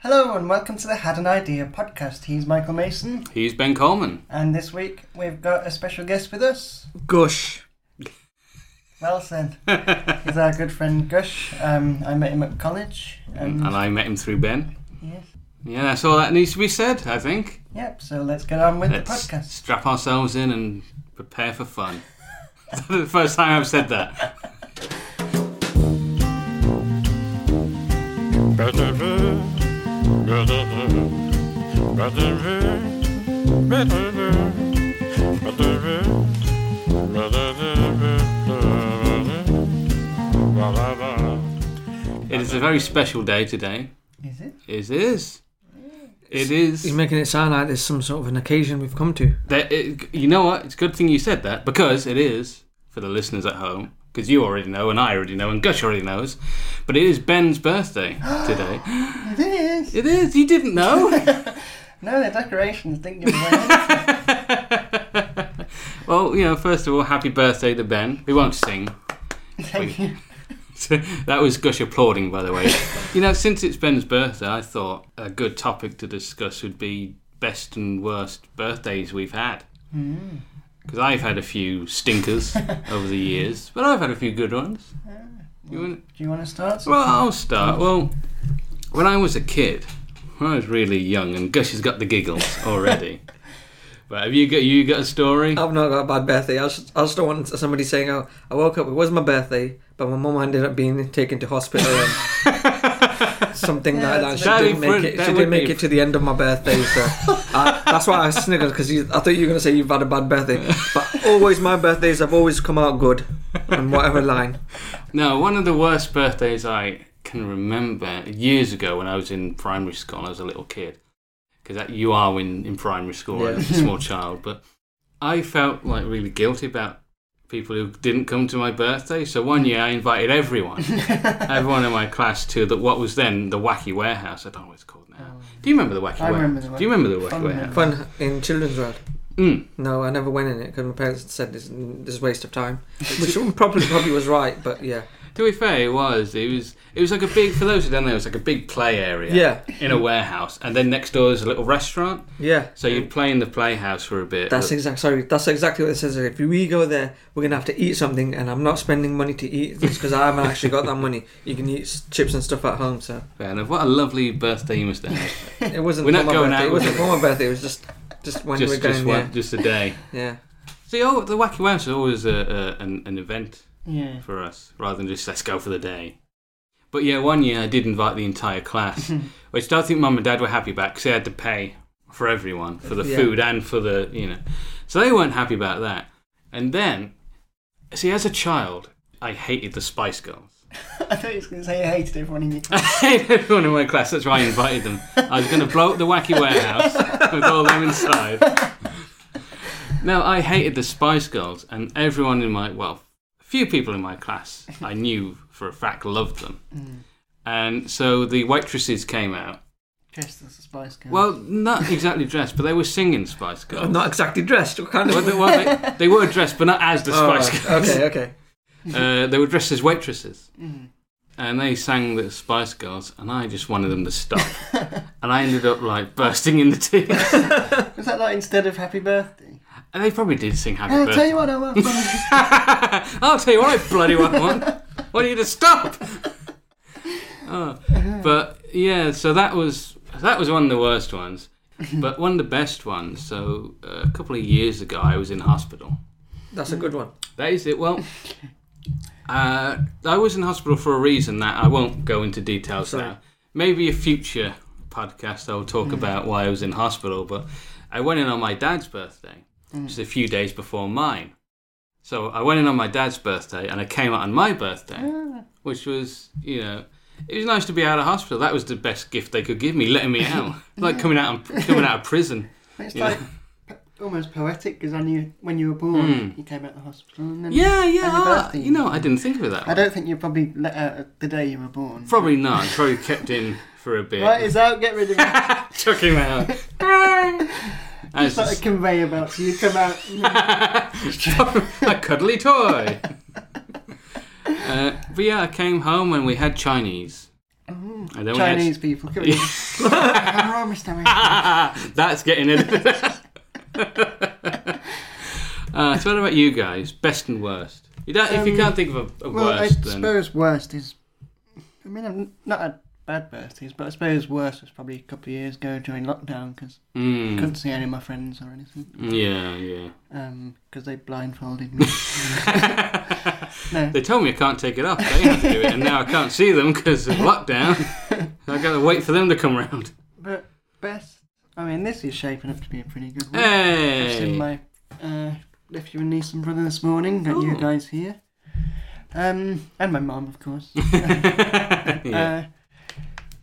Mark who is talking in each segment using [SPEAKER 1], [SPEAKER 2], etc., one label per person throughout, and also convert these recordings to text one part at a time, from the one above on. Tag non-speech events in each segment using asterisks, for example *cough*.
[SPEAKER 1] Hello and welcome to the Had an Idea podcast. He's Michael Mason,
[SPEAKER 2] He's Ben Coleman.
[SPEAKER 1] and this week we've got a special guest with us.
[SPEAKER 3] Gush.
[SPEAKER 1] Well
[SPEAKER 3] *laughs*
[SPEAKER 1] said. He's our good friend Gush. Um, I met him at college. Um,
[SPEAKER 2] And
[SPEAKER 3] Mm.
[SPEAKER 2] I met him through Ben.
[SPEAKER 1] yes.
[SPEAKER 2] Yeah, that's all that needs to be said, I think.
[SPEAKER 1] Yep. So let's get on with
[SPEAKER 2] Let's
[SPEAKER 1] the podcast.
[SPEAKER 2] strap ourselves in and prepare for fun. *laughs* That's the first time I've said that. It is a very special day today.
[SPEAKER 1] Is it?
[SPEAKER 2] It is. It is.
[SPEAKER 3] He's making it sound like there's some sort of an occasion we've come to.
[SPEAKER 2] That- it- you know what? It's a good thing you said that because it is for the listeners at home. Because you already know, and I already know, and Gush already knows. But it is Ben's
[SPEAKER 1] *gasps*
[SPEAKER 2] birthday today.
[SPEAKER 1] It is.
[SPEAKER 2] it is. You didn't know.
[SPEAKER 1] No, the decorations didn't give away.
[SPEAKER 3] *laughs*
[SPEAKER 1] anything.
[SPEAKER 2] *laughs* well, you know, first of all, happy birthday to Ben. We won't sing.
[SPEAKER 1] Thank you.
[SPEAKER 2] that was Gush applauding, by the way. you know, since it's Ben's birthday, I thought a good topic to discuss would be best and worst birthdays we've had. Because I've had a few stinkers over the years, but I've had a few good ones. You wanna-
[SPEAKER 1] Do you want to start?
[SPEAKER 2] well, I'll start. Well, when I was a kid, when I was really young, and Gush has got the giggles already. but have you got you got a story?
[SPEAKER 3] I've not got a bad birthday. I was, I was the one, somebody saying, oh, I woke up, it was my birthday, but my mum ended up being taken to hospital and *laughs* something
[SPEAKER 1] Yeah,
[SPEAKER 3] like that.
[SPEAKER 1] that's
[SPEAKER 3] She
[SPEAKER 2] That'd
[SPEAKER 3] didn't
[SPEAKER 2] be
[SPEAKER 3] make
[SPEAKER 2] pretty-
[SPEAKER 3] it,
[SPEAKER 2] that
[SPEAKER 3] she
[SPEAKER 2] would
[SPEAKER 3] didn't make
[SPEAKER 2] be-
[SPEAKER 3] it to the end of my birthday. So I, that's why I sniggered because I thought you were going to say you've had a bad birthday.
[SPEAKER 2] *laughs*
[SPEAKER 3] But always my birthdays have always come out good on whatever line.
[SPEAKER 2] No, one of the worst birthdays I can remember years ago when I was in primary school, I was a little kid. Because you are in, in primary school
[SPEAKER 3] Yeah.
[SPEAKER 2] as a small child. But I felt like really guilty about people who didn't come to my birthday. So one year I invited
[SPEAKER 3] *laughs*
[SPEAKER 2] everyone,
[SPEAKER 1] *laughs*
[SPEAKER 2] everyone in my class to the, what was then the Wacky Warehouse. I don't know what it's called now.
[SPEAKER 1] Um,
[SPEAKER 2] Do you remember the Wacky
[SPEAKER 1] Oh. I
[SPEAKER 2] Warehouse?
[SPEAKER 1] remember the
[SPEAKER 2] Do you remember the
[SPEAKER 1] Wacky-
[SPEAKER 2] Wacky
[SPEAKER 1] fond
[SPEAKER 2] Warehouse?
[SPEAKER 3] Fun in children's world.
[SPEAKER 2] Mm.
[SPEAKER 3] No, I never went in it because my parents said this, this is a waste of time, which probably probably was right, but yeah,
[SPEAKER 2] To be fair, it was. It was. It was like a big. For those who don't know, it was like a big play area.
[SPEAKER 3] Yeah.
[SPEAKER 2] In a warehouse, and then next door is a little restaurant.
[SPEAKER 3] yeah.
[SPEAKER 2] So you'd play in the playhouse for a bit.
[SPEAKER 3] That's exact. Sorry, that's exactly what it says. here. If we go there, we're gonna have to eat something, and I'm not spending money to eat this because I haven't actually got that money. You can eat s- chips and stuff at home, so
[SPEAKER 2] fair enough. What a lovely birthday you must have.
[SPEAKER 3] it wasn't.
[SPEAKER 2] We're not
[SPEAKER 3] for my
[SPEAKER 2] going
[SPEAKER 3] birthday.
[SPEAKER 2] out,
[SPEAKER 3] It wasn't
[SPEAKER 2] we're
[SPEAKER 3] for my birthday. It was just just when we
[SPEAKER 2] just
[SPEAKER 3] were going
[SPEAKER 2] just
[SPEAKER 3] there.
[SPEAKER 2] one, just a
[SPEAKER 3] *laughs*
[SPEAKER 2] day.
[SPEAKER 3] Yeah,
[SPEAKER 2] See, oh, the Wacky Warehouse is always a, a, an, an event
[SPEAKER 1] Yeah. *laughs*
[SPEAKER 2] for us, rather than just let's go for the day. But yeah, one year I did invite the entire class, which I don't think mum and dad were happy about because they had to pay for everyone for the
[SPEAKER 3] Yeah.
[SPEAKER 2] food and for the you know, so they weren't happy about that. And then, see, as a child, I hated the Spice Girls. *laughs*
[SPEAKER 1] I thought you was going to say you hated everyone in your
[SPEAKER 2] I hated everyone in my class. That's why I invited them. I was going to blow up the wacky warehouse with all them inside. No, I hated the Spice Girls, and everyone in my well, a few people in my class I knew for a fact loved them.
[SPEAKER 1] Mm,
[SPEAKER 2] And so the waitresses came out.
[SPEAKER 1] chest as a Spice Girl.
[SPEAKER 2] Well, not exactly dressed, but they were singing Spice Girls.
[SPEAKER 3] I'm *laughs* not exactly dressed. What kind
[SPEAKER 2] Well,
[SPEAKER 3] of?
[SPEAKER 2] they, well, they, they were dressed, but not as the
[SPEAKER 3] Oh,
[SPEAKER 2] Spice Girls.
[SPEAKER 3] okay, okay.
[SPEAKER 2] Uh, they were dressed as waitresses.
[SPEAKER 1] Mm.
[SPEAKER 2] And they sang the Spice Girls, and I just wanted them to *laughs* stop. and I ended up like bursting into tears.
[SPEAKER 1] was that like instead of Happy Birthday?
[SPEAKER 2] And they probably did sing Happy
[SPEAKER 1] I'll tell
[SPEAKER 2] Birthday.
[SPEAKER 1] you what I want.
[SPEAKER 2] *laughs* I'll tell you what I bloody well want. want you to stop. *laughs* Oh, but yeah, so that was that was one of the worst ones, but one of the best ones. So uh, a couple of years ago, I was in hospital.
[SPEAKER 3] That's a good one.
[SPEAKER 2] That is
[SPEAKER 1] *laughs*
[SPEAKER 2] it. Well, uh, I was in hospital for a reason that I won't go into details
[SPEAKER 3] Sorry.
[SPEAKER 2] now. Maybe a future podcast I'll
[SPEAKER 1] Mm.
[SPEAKER 2] talk about why I was in hospital, but I went in on my dad's birthday, which
[SPEAKER 1] Mm.
[SPEAKER 2] is a few days before mine. So I went in on my dad's birthday and I came out on my
[SPEAKER 1] Mm.
[SPEAKER 2] birthday, which was, you know, it was nice to be out of hospital. That was the best gift they could give me, letting me
[SPEAKER 1] *laughs*
[SPEAKER 2] out. like coming out coming out of prison.
[SPEAKER 1] It's
[SPEAKER 2] Yeah.
[SPEAKER 1] like po- almost poetic because I knew when you were born, you came out of the hospital, and then
[SPEAKER 2] Hmm. Yeah, yeah.
[SPEAKER 1] Happy
[SPEAKER 2] ah,
[SPEAKER 1] birthday.
[SPEAKER 2] You know, I didn't think of it that
[SPEAKER 1] I
[SPEAKER 2] way.
[SPEAKER 1] don't think you probably let out at the day you were born.
[SPEAKER 2] Probably not. Probably kept in for a bit.
[SPEAKER 1] Right, is out. Get rid of it.
[SPEAKER 2] *laughs* Chuck him out.
[SPEAKER 1] *laughs* It's like a conveyor belt. So you come out.
[SPEAKER 2] a cuddly toy. uh, but yeah, I came home and we had Chinese. I don't
[SPEAKER 1] Chinese people. Come here. *laughs* I'm wrong, Mr.
[SPEAKER 2] *laughs*
[SPEAKER 1] Mayor.
[SPEAKER 2] want *laughs* That's getting in. *laughs* uh, so what about you guys? Best and worst. You don't, if you
[SPEAKER 1] Um,
[SPEAKER 2] can't think of a, a
[SPEAKER 1] Well, I
[SPEAKER 2] worst, then
[SPEAKER 1] suppose worst is. I mean, I've not had bad birthdays, but I suppose worst was probably a couple of years ago during lockdown because
[SPEAKER 2] Mm,
[SPEAKER 1] couldn't see any of my friends or anything
[SPEAKER 2] yeah, yeah. *laughs*
[SPEAKER 1] because they blindfolded me. no,
[SPEAKER 2] They told me I can't take it off. They have to do it, and now I can't see them because of lockdown. I've got to wait for them to come round.
[SPEAKER 1] *laughs* but best. I mean, this is shaping up to be a pretty good one. I've
[SPEAKER 2] Hey, *laughs*
[SPEAKER 1] seen my uh, nephew and niece and brother this morning. Got you
[SPEAKER 2] Oh.
[SPEAKER 1] guys here, um, and my mum, of course.
[SPEAKER 2] *laughs* yeah.
[SPEAKER 1] Uh,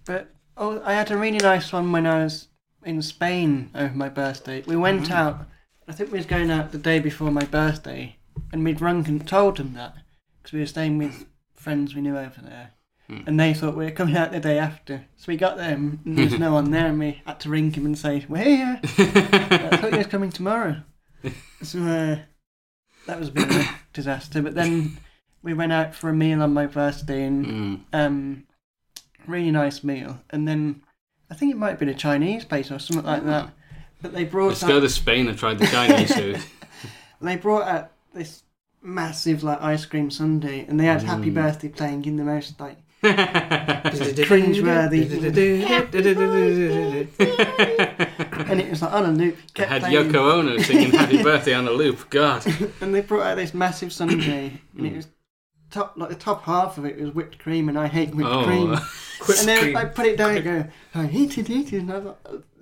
[SPEAKER 1] but oh, I had a really nice one when I was in Spain over my birthday. We went out. I think we was going out the day before my birthday, and we'd rung and told them that because we were staying with friends we knew over there, and they thought we were coming out the day after. So we got there and there was no one there, and we had to ring him and say, "We're here. I thought you was coming tomorrow." So uh, that was a bit of a disaster. But then we went out for a meal on my birthday and
[SPEAKER 2] Mm.
[SPEAKER 1] um, really nice meal, and then I think it might have been a Chinese place or something like that. But they brought
[SPEAKER 2] Let's go
[SPEAKER 1] out,
[SPEAKER 2] to Spain and try the Chinese
[SPEAKER 1] *laughs*
[SPEAKER 2] food.
[SPEAKER 1] they brought out this massive like ice cream sundae, and they had Happy
[SPEAKER 2] Mm.
[SPEAKER 1] Birthday playing in the most like and it was like on a loop.
[SPEAKER 2] I
[SPEAKER 1] Kept
[SPEAKER 2] had
[SPEAKER 1] playing.
[SPEAKER 2] Yoko Ono singing Happy Birthday on a loop. God.
[SPEAKER 1] and they brought out this massive sundae, and
[SPEAKER 2] Mm.
[SPEAKER 1] it was top like the top half of it was whipped cream, and I hate whipped
[SPEAKER 2] Oh. *laughs*
[SPEAKER 1] cream.
[SPEAKER 3] Quick
[SPEAKER 1] and then
[SPEAKER 3] screen.
[SPEAKER 1] I put it down and go, I hate it, hate it, and I was like,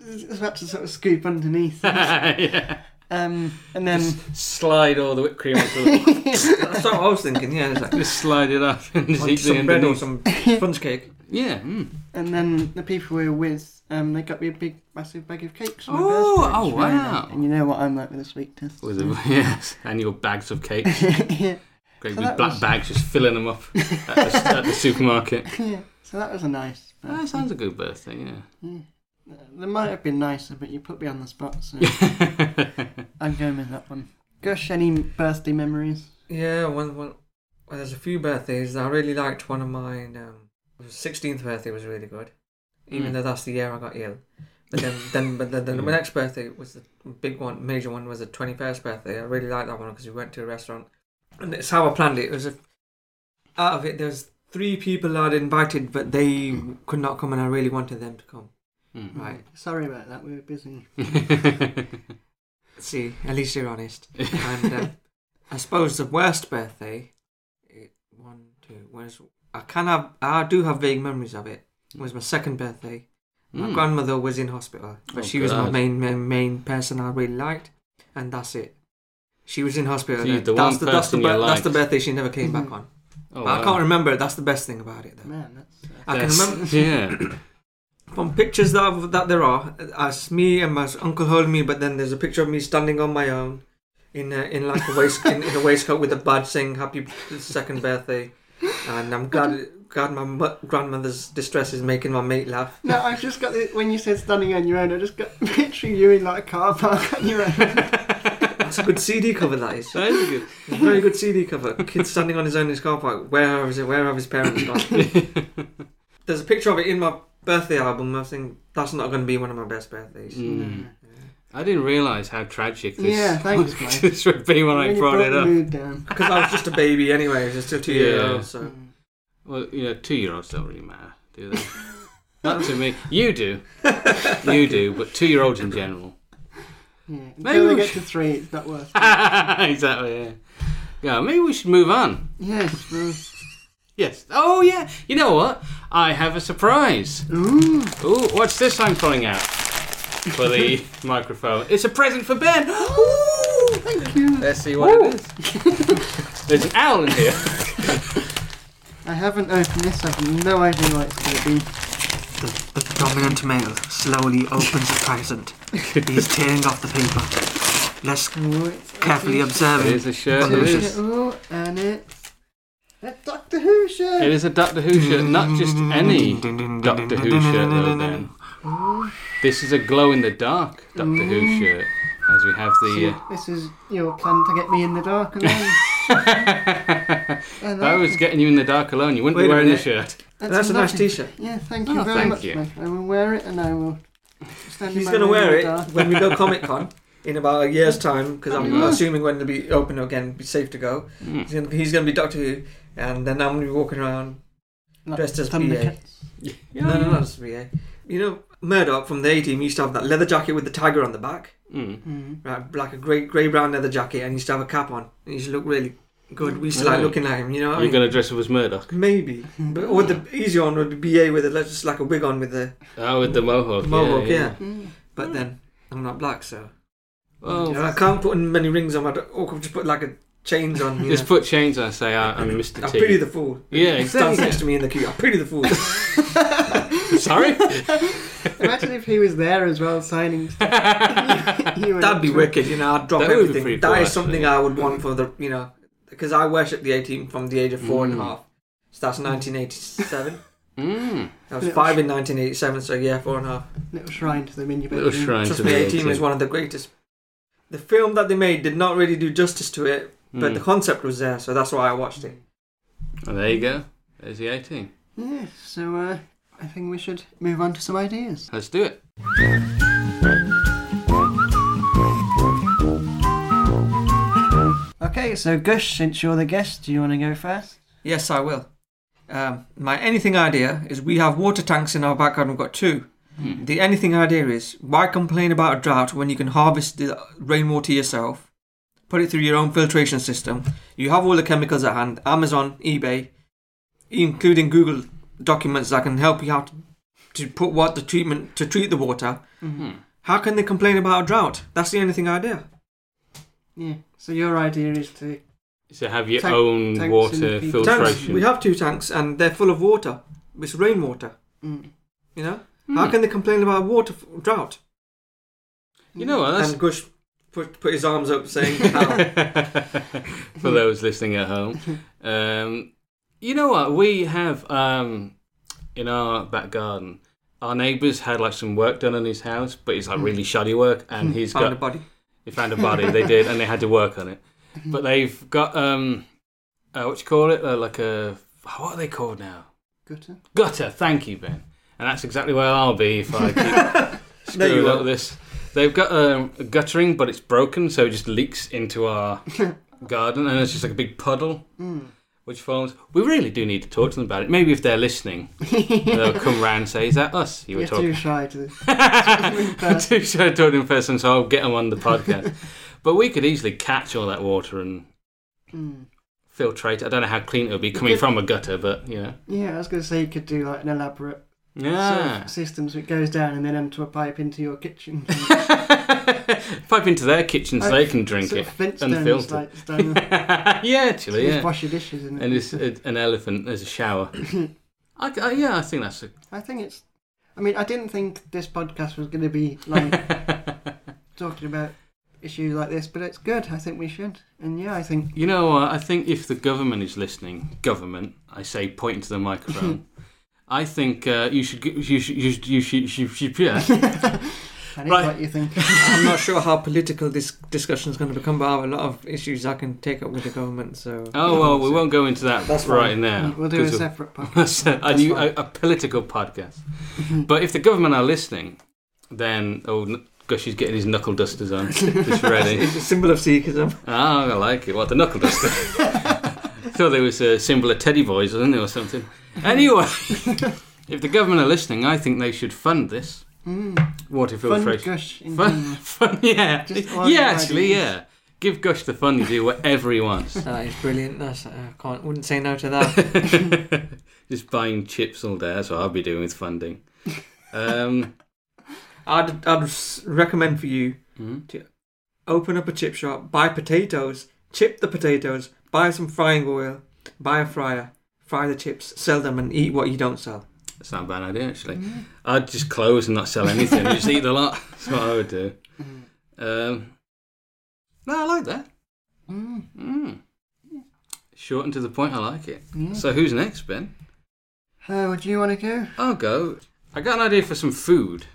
[SPEAKER 1] I was about to sort of scoop
[SPEAKER 2] *laughs*
[SPEAKER 1] underneath.
[SPEAKER 2] yeah.
[SPEAKER 1] Um, and then
[SPEAKER 2] Slide all the whipped cream onto the
[SPEAKER 1] *laughs*
[SPEAKER 3] That's what I was thinking. Yeah, it's like,
[SPEAKER 2] Just slide it up and just
[SPEAKER 3] like
[SPEAKER 2] eat the
[SPEAKER 3] some bread or
[SPEAKER 2] underneath.
[SPEAKER 3] some sponge cake.
[SPEAKER 2] Yeah. Mm.
[SPEAKER 1] And then the people we were with, um, they got me a big, massive bag of cakes. On my
[SPEAKER 2] Oh,
[SPEAKER 1] birthday,
[SPEAKER 2] oh,
[SPEAKER 1] which was very nice.
[SPEAKER 2] wow.
[SPEAKER 1] And you know what I'm like with a sweet tooth.
[SPEAKER 2] With
[SPEAKER 1] *laughs*
[SPEAKER 2] a, *laughs* yes. Annual bags of cake.
[SPEAKER 1] yeah,
[SPEAKER 2] Great
[SPEAKER 1] So
[SPEAKER 2] big
[SPEAKER 1] that
[SPEAKER 2] black
[SPEAKER 1] was-
[SPEAKER 2] bags, just filling them up at the, s- at the supermarket.
[SPEAKER 1] *laughs*
[SPEAKER 2] *laughs*
[SPEAKER 1] yeah. So that was a nice.
[SPEAKER 2] Oh,
[SPEAKER 1] birthday.
[SPEAKER 2] that sounds a good birthday,
[SPEAKER 3] *laughs*
[SPEAKER 2] yeah.
[SPEAKER 1] Yeah. There might have been nicer, but you put me on the spot, so I'm going with that one. Gosh, any birthday memories?
[SPEAKER 3] Yeah, one, one, well, there's a few birthdays. I really liked one of mine. Um, was 16th birthday was really good, even
[SPEAKER 2] Mm.
[SPEAKER 3] though that's the year I got ill. But then, then, but then, then my
[SPEAKER 2] Mm.
[SPEAKER 3] next birthday was the big one, major one was the 21st birthday. I really liked that one because we went to a restaurant, and it's how I planned it. It was a, out of it. There was three people I'd invited, but they could not come, and I really wanted them to come.
[SPEAKER 2] Mm. *laughs*
[SPEAKER 3] Right.
[SPEAKER 1] Sorry about that. We were busy.
[SPEAKER 3] See, at least you're honest. and uh, I suppose the worst birthday, it, one, two, where's I can have, I do have vague memories of it. It was my second birthday. My
[SPEAKER 2] Mm.
[SPEAKER 3] grandmother was in hospital, but
[SPEAKER 2] Oh,
[SPEAKER 3] she was my
[SPEAKER 2] God.
[SPEAKER 3] main, main main person I really liked, and that's it. She was in hospital.
[SPEAKER 2] So you're
[SPEAKER 3] and
[SPEAKER 2] the
[SPEAKER 3] that's
[SPEAKER 2] one
[SPEAKER 3] the that's the
[SPEAKER 2] person you
[SPEAKER 3] bir- that's the
[SPEAKER 2] liked.
[SPEAKER 3] birthday she never came back
[SPEAKER 1] Mhm.
[SPEAKER 3] on.
[SPEAKER 2] Oh,
[SPEAKER 3] But I
[SPEAKER 2] wow.
[SPEAKER 3] can't remember. it, That's the best thing about it. Though.
[SPEAKER 1] Man, that's. Uh,
[SPEAKER 3] I can
[SPEAKER 2] That's-
[SPEAKER 3] remember
[SPEAKER 2] Yeah. *laughs*
[SPEAKER 3] from pictures that I've, that there are, as me and my uncle hold me, but then there's a picture of me standing on my own, in a, in like a waist in, in a waistcoat with a badge saying "Happy Uh, Second Um, Birthday," and I'm glad glad my mu- grandmother's distress is making my mate laugh.
[SPEAKER 1] no, I've just got the, when you said standing on your own, I just got *laughs* picturing you in like a car park on your own.
[SPEAKER 2] *laughs*
[SPEAKER 3] That's a good CD cover. That is
[SPEAKER 2] That is good.
[SPEAKER 3] a very good CD cover. Kid standing on his own in his car park. Where is it? Where have his parents gone? There's a picture of it in my birthday album. I think that's not going to be one of my best birthdays.
[SPEAKER 2] Mm. *laughs* I didn't realise how tragic this,
[SPEAKER 1] Yeah, thanks, mate.
[SPEAKER 2] *laughs* this would be when I
[SPEAKER 1] Really
[SPEAKER 2] brought it
[SPEAKER 1] the
[SPEAKER 2] up.
[SPEAKER 1] mood down.
[SPEAKER 3] *laughs* Because I was just a baby anyway, just a two year
[SPEAKER 2] Yeah.
[SPEAKER 3] old. So
[SPEAKER 2] *laughs* Well, you know, two year olds don't really matter, do they? *laughs*
[SPEAKER 1] Mm.
[SPEAKER 2] Not to me. You do. you do, but two year olds in general. *laughs*
[SPEAKER 1] Yeah. Until
[SPEAKER 2] Maybe
[SPEAKER 1] we
[SPEAKER 2] we
[SPEAKER 1] get to three, it's not worth.
[SPEAKER 2] *laughs*
[SPEAKER 1] it.
[SPEAKER 2] exactly, yeah. Yeah, maybe we should move on.
[SPEAKER 1] yes. Well,
[SPEAKER 2] Yes. Oh, yeah. You know what? I have a surprise.
[SPEAKER 1] ooh.
[SPEAKER 2] Ooh, what's this I'm pulling out for the microphone? It's a present for Ben. *gasps* Ooh!
[SPEAKER 1] Thank you.
[SPEAKER 2] Let's see what it is. There's an owl in here.
[SPEAKER 1] I haven't opened this. I have no idea what it's going to be.
[SPEAKER 3] The, the dominant male slowly opens the present. He's tearing off the paper. Let's
[SPEAKER 1] Oh, it's
[SPEAKER 3] carefully
[SPEAKER 2] *laughs*
[SPEAKER 3] observe
[SPEAKER 2] It is
[SPEAKER 3] him.
[SPEAKER 2] a shirt. It
[SPEAKER 1] Doctor
[SPEAKER 2] is.
[SPEAKER 1] Who, and it's a Doctor Who shirt.
[SPEAKER 2] It is a Doctor Who shirt, not just any Doctor Who shirt though. Ben. This is a glow in the dark Doctor Who shirt, as we have the.
[SPEAKER 1] This is your plan to get me in the
[SPEAKER 2] *laughs*
[SPEAKER 1] dark alone.
[SPEAKER 2] Uh,
[SPEAKER 1] And
[SPEAKER 2] *laughs* if I was getting you in the dark alone, you wouldn't
[SPEAKER 3] Wait
[SPEAKER 2] be
[SPEAKER 3] a
[SPEAKER 2] wearing a
[SPEAKER 3] minute.
[SPEAKER 2] shirt.
[SPEAKER 3] That's, a nice
[SPEAKER 1] lovely-
[SPEAKER 3] T-shirt.
[SPEAKER 1] Yeah, thank
[SPEAKER 2] Oh,
[SPEAKER 1] you very
[SPEAKER 2] thank
[SPEAKER 1] much,
[SPEAKER 2] you.
[SPEAKER 1] mate. I will wear it and I will stand
[SPEAKER 3] He's
[SPEAKER 1] going to
[SPEAKER 3] wear it when we go Comic Con in about a year's time because I'm
[SPEAKER 2] Yeah.
[SPEAKER 3] assuming when it'll be open again, it'll be safe to go.
[SPEAKER 2] Mm.
[SPEAKER 3] He's gonna, he's gonna be Doctor Who, and then I'm gonna be walking around. dressed as
[SPEAKER 2] Yeah,
[SPEAKER 3] no, no, not as VA. You know, Murdoch from the A Team used to have that leather jacket with the tiger on the back,
[SPEAKER 2] Mm.
[SPEAKER 1] Mm.
[SPEAKER 3] right? Like a grey, grey brown leather jacket, and he used to have a cap on. And he used to look really good. We used to like
[SPEAKER 2] Really?
[SPEAKER 3] looking at him, you know. what I
[SPEAKER 2] You're
[SPEAKER 3] mean?
[SPEAKER 2] gonna dress up as Murdoch.
[SPEAKER 3] Maybe, but or the easier one would be BA with a like, just like a wig on with the.
[SPEAKER 2] Oh, with the mohawk.
[SPEAKER 3] Mohawk,
[SPEAKER 2] yeah.
[SPEAKER 3] yeah. *laughs*
[SPEAKER 1] Mm.
[SPEAKER 3] But
[SPEAKER 2] Hmm.
[SPEAKER 3] then I'm not black, so
[SPEAKER 2] Well,
[SPEAKER 3] you know, I can't put in many rings on my. Or could just put like a chains on. You
[SPEAKER 2] just
[SPEAKER 3] know.
[SPEAKER 2] put chains on. and Say I, I'm Mr.
[SPEAKER 3] I
[SPEAKER 2] T.
[SPEAKER 3] pity the *laughs* fool.
[SPEAKER 2] Yeah,
[SPEAKER 3] He stands
[SPEAKER 2] exactly.
[SPEAKER 3] next to me in the queue. I pity the fool.
[SPEAKER 2] *laughs* Sorry.
[SPEAKER 1] Imagine
[SPEAKER 2] *laughs*
[SPEAKER 1] if he was there as well signing stuff. *laughs* You
[SPEAKER 3] That'd be
[SPEAKER 1] went-
[SPEAKER 3] wicked, you know. I'd drop
[SPEAKER 2] That would be pretty
[SPEAKER 3] everything. That
[SPEAKER 2] cool,
[SPEAKER 3] is something
[SPEAKER 2] actually.
[SPEAKER 3] I would want for the, you know, because I worship the A team from the age of four and a
[SPEAKER 2] Mm.
[SPEAKER 3] half. So that's 1987.
[SPEAKER 2] Mm.
[SPEAKER 3] I was
[SPEAKER 1] Little
[SPEAKER 3] five
[SPEAKER 1] sh-
[SPEAKER 3] in 1987, so yeah, four and a half.
[SPEAKER 1] Little shrine to them in your
[SPEAKER 2] Little
[SPEAKER 1] bedroom.
[SPEAKER 2] shrine
[SPEAKER 3] Mm, Trust
[SPEAKER 2] to
[SPEAKER 3] me,
[SPEAKER 2] the
[SPEAKER 3] A team is one of the greatest. The film that they made did not really do justice to it, but the
[SPEAKER 2] Mm.
[SPEAKER 3] concept was there, so that's why I watched it.
[SPEAKER 2] Well, there you go. There's the 18.
[SPEAKER 1] Yeah, so uh, I think we should move on to some ideas.
[SPEAKER 2] Let's do it.
[SPEAKER 1] Okay, so Gush, since you're the guest, do you want to go first?
[SPEAKER 3] Yes, I will. Um, my anything idea is we have water tanks in our backyard. We've got two.
[SPEAKER 2] Mm.
[SPEAKER 3] The anything idea is why complain about a drought when you can harvest the rainwater yourself, put it through your own filtration system. You have all the chemicals at hand Amazon, eBay, including Google documents that can help you how to, to put what the treatment to treat the water.
[SPEAKER 2] Mm.
[SPEAKER 3] How can they complain about a drought? That's the anything idea.
[SPEAKER 1] Yeah, so your idea is to.
[SPEAKER 2] So have your
[SPEAKER 1] Tank- tanks
[SPEAKER 2] own
[SPEAKER 1] in
[SPEAKER 2] water
[SPEAKER 1] the-
[SPEAKER 3] Tanks,
[SPEAKER 2] filtration.
[SPEAKER 3] we have two tanks and they're full of water. It's rainwater,
[SPEAKER 1] Mm.
[SPEAKER 3] you know?
[SPEAKER 2] Mm.
[SPEAKER 3] How can they complain about water f- drought?
[SPEAKER 2] You know what? That's
[SPEAKER 3] *laughs* and Gush put, put his arms
[SPEAKER 2] *laughs*
[SPEAKER 3] up saying, how?
[SPEAKER 2] for those listening at home.
[SPEAKER 1] *laughs*
[SPEAKER 2] Um, you know what? We have um, in our back garden. Our neighbour's had like some work done on his house, but it's like really shoddy work, and he's
[SPEAKER 3] Hmm. Found a
[SPEAKER 2] got
[SPEAKER 3] body.
[SPEAKER 2] he found a body. they did, and they had to work on it.
[SPEAKER 3] Hmm.
[SPEAKER 2] But they've got um, uh, what do you call it? Uh, like a what are they called now?
[SPEAKER 1] Gutter.
[SPEAKER 2] Gutter. Thank you, Ben. And that's exactly where I'll be if I
[SPEAKER 3] *laughs*
[SPEAKER 2] keep
[SPEAKER 1] *laughs*
[SPEAKER 3] There
[SPEAKER 2] screwing
[SPEAKER 3] you
[SPEAKER 2] up
[SPEAKER 3] are.
[SPEAKER 2] this. They've got um, a guttering, but it's broken, so it just leaks into our garden, and it's just like a big puddle
[SPEAKER 1] *laughs* Mm.
[SPEAKER 2] which forms. We really do need to talk to them about it. Maybe if they're
[SPEAKER 1] *laughs*
[SPEAKER 2] listening, they'll come round and say, "Is that us you were
[SPEAKER 1] Mm. You're *laughs*
[SPEAKER 2] talking?"
[SPEAKER 1] too shy to. in
[SPEAKER 2] *laughs* I'm
[SPEAKER 1] person.
[SPEAKER 2] too shy to talk in person, so I'll get them on the
[SPEAKER 1] *laughs*
[SPEAKER 2] podcast. but we could easily catch all that water and
[SPEAKER 1] Mm.
[SPEAKER 2] filtrate. it. I don't know how clean it would be coming from a gutter, but you know,
[SPEAKER 1] Yeah, I was going to say you could do like an elaborate sort
[SPEAKER 2] yeah.
[SPEAKER 1] of systems which goes down and then onto a pipe into your kitchen.
[SPEAKER 2] *laughs* Pipe into their kitchen so they can
[SPEAKER 1] *laughs*
[SPEAKER 2] drink
[SPEAKER 1] Sort
[SPEAKER 2] it.
[SPEAKER 1] of flintstones,
[SPEAKER 2] unfiltered.
[SPEAKER 1] Like,
[SPEAKER 2] *laughs*
[SPEAKER 1] stone,
[SPEAKER 2] yeah, actually,
[SPEAKER 1] just
[SPEAKER 2] yeah.
[SPEAKER 1] wash your dishes in it.
[SPEAKER 2] And it's a, an elephant as a shower. I, I- yeah, I think that's a.
[SPEAKER 1] *coughs* I think it's. I mean, I didn't think this podcast was going to be
[SPEAKER 2] *laughs*
[SPEAKER 1] like talking about issues like this, but it's good. I think we should. And yeah, I think.
[SPEAKER 2] you know what? I think if the government is listening, government, I say pointing to the
[SPEAKER 3] *laughs*
[SPEAKER 2] microphone. I think uh, you should. g- You should. You should. You should. You
[SPEAKER 1] *laughs*
[SPEAKER 2] should yeah.
[SPEAKER 1] I need
[SPEAKER 2] Right.
[SPEAKER 1] what you think.
[SPEAKER 3] *laughs* I'm not sure how political this discussion is going to become, but I have a lot of issues I can take up with the government. So.
[SPEAKER 2] *laughs* Oh well,
[SPEAKER 3] *laughs*
[SPEAKER 2] we won't go into that
[SPEAKER 3] That's
[SPEAKER 2] right
[SPEAKER 3] fine.
[SPEAKER 2] now.
[SPEAKER 1] Mm, we'll do a
[SPEAKER 2] 'cause *laughs*
[SPEAKER 1] separate podcast.
[SPEAKER 2] I
[SPEAKER 3] That's
[SPEAKER 2] do a,
[SPEAKER 3] fine.
[SPEAKER 2] a political podcast. But if the government are listening, then oh, n- gosh, he's getting his knuckle dusters on.
[SPEAKER 3] *laughs*
[SPEAKER 2] Just ready.
[SPEAKER 3] It's a symbol of Sikhism.
[SPEAKER 2] Ah, I like it. What the
[SPEAKER 1] *laughs*
[SPEAKER 2] knuckle duster? Thought there was a symbol of Teddy Boys, wasn't there, or something? Anyway, *laughs* if the government are listening, I think they should fund this
[SPEAKER 1] Mm.
[SPEAKER 2] water
[SPEAKER 1] Fun
[SPEAKER 2] filtration.
[SPEAKER 1] gush. in
[SPEAKER 2] Fun,
[SPEAKER 1] general.
[SPEAKER 2] *laughs* fun, yeah,
[SPEAKER 1] Just
[SPEAKER 2] yeah.
[SPEAKER 1] ordinary
[SPEAKER 2] Actually,
[SPEAKER 1] ideas.
[SPEAKER 2] yeah. Give Gush the fun to do whatever he
[SPEAKER 1] *laughs*
[SPEAKER 2] wants.
[SPEAKER 3] *laughs*
[SPEAKER 2] *laughs*
[SPEAKER 3] That is brilliant. That's, I can't, wouldn't say no to that.
[SPEAKER 2] Just buying chips all day. That's what I'll be doing with funding. Um,
[SPEAKER 3] I'd, I'd s- recommend for you
[SPEAKER 1] Mm-hmm.
[SPEAKER 2] hmm?
[SPEAKER 3] open up a chip shop, buy potatoes, chip the potatoes, buy some frying oil, buy a fryer, fry the chips, sell them, and eat what you don't sell.
[SPEAKER 2] That's not a bad idea, actually. I'd just close and not sell anything. just eat a lot. That's what I would do.
[SPEAKER 1] Mm.
[SPEAKER 2] Um, no, I like that.
[SPEAKER 1] Mm.
[SPEAKER 2] Mm. Short and to the point. I like it.
[SPEAKER 1] Yeah.
[SPEAKER 2] So who's next, Ben?
[SPEAKER 1] Uh, mm. would you want to go?
[SPEAKER 2] I'll go. I got an idea for some food,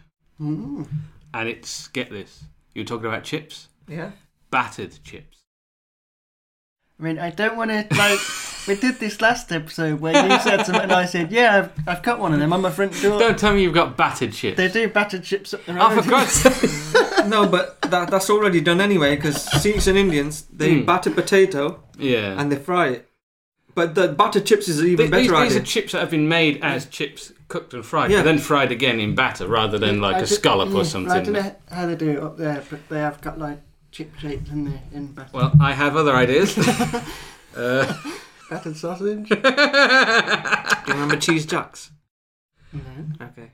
[SPEAKER 1] Mm.
[SPEAKER 2] and it's get this. You were talking about chips,
[SPEAKER 3] Yeah.
[SPEAKER 2] battered chips.
[SPEAKER 1] I mean, I don't want to *laughs* like. we did this last episode where you said something, and I said, "Yeah, I've, I've got one of them on my front door."
[SPEAKER 2] *laughs* Don't tell me you've got battered Oh, shit.
[SPEAKER 1] They do battered chips up the road. *laughs*
[SPEAKER 2] I forgot.
[SPEAKER 3] no, but that, that's already done anyway because Sikhs and Indians they
[SPEAKER 2] Mm.
[SPEAKER 3] batter potato
[SPEAKER 2] yeah.
[SPEAKER 3] and they fry it. But the batter chips is an
[SPEAKER 2] Th-
[SPEAKER 3] even better
[SPEAKER 2] these, these
[SPEAKER 3] idea.
[SPEAKER 2] are chips that have been made as chips cooked and fried,
[SPEAKER 3] Yeah.
[SPEAKER 2] but then fried again in batter rather than like
[SPEAKER 1] I
[SPEAKER 2] a
[SPEAKER 1] don't-
[SPEAKER 2] scallop
[SPEAKER 1] yeah,
[SPEAKER 2] or
[SPEAKER 1] I don't
[SPEAKER 2] something.
[SPEAKER 1] know how they do it up there, but they have got like chip shapes in the in bat-
[SPEAKER 2] Well, I have other ideas.
[SPEAKER 1] *laughs*
[SPEAKER 2] uh, *laughs*
[SPEAKER 1] battered sausage.
[SPEAKER 3] Do you remember cheese
[SPEAKER 2] *laughs*
[SPEAKER 3] jacks?
[SPEAKER 1] no.
[SPEAKER 2] Mm-hmm.
[SPEAKER 3] Okay.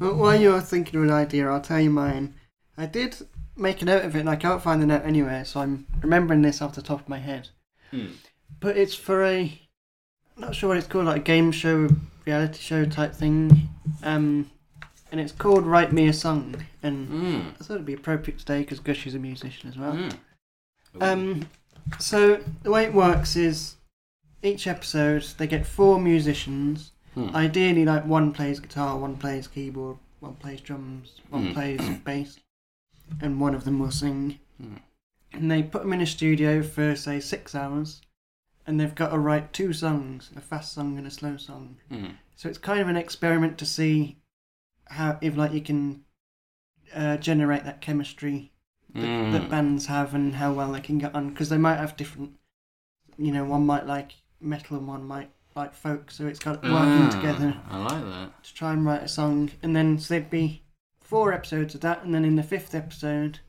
[SPEAKER 1] Well, while you're thinking of an idea, I'll tell you mine. I did make a note of it, and I can't find the note anywhere, so I'm remembering this off the top of my head.
[SPEAKER 2] Hmm.
[SPEAKER 1] But it's for a, I'm not sure what it's called, like a game show, reality show type thing. Um, and it's called "Write Me a Song," and
[SPEAKER 2] Mm.
[SPEAKER 1] I thought it'd be appropriate today because Gush is a musician as well.
[SPEAKER 2] Mm. Ooh.
[SPEAKER 1] Um, so the way it works is each episode they get four musicians.
[SPEAKER 2] Hmm.
[SPEAKER 1] Ideally, like one plays guitar, one plays keyboard, one plays drums, one
[SPEAKER 2] Hmm.
[SPEAKER 1] plays
[SPEAKER 2] *clears throat*
[SPEAKER 1] bass, and one of them will sing.
[SPEAKER 2] Hmm.
[SPEAKER 1] And they put them in a studio for say six hours, and they've got to write two songs: a fast song and a slow song.
[SPEAKER 2] Mm.
[SPEAKER 1] So it's kind of an experiment to see how if like you can uh, generate that chemistry that, that
[SPEAKER 2] Mm.
[SPEAKER 1] bands have and how well they can get on because they might have different you know one might like metal and one might like folk so it's got working
[SPEAKER 2] Ah,
[SPEAKER 1] together
[SPEAKER 2] I like that.
[SPEAKER 1] to try and write a song and then so there'd be four episodes of that and then in the fifth episode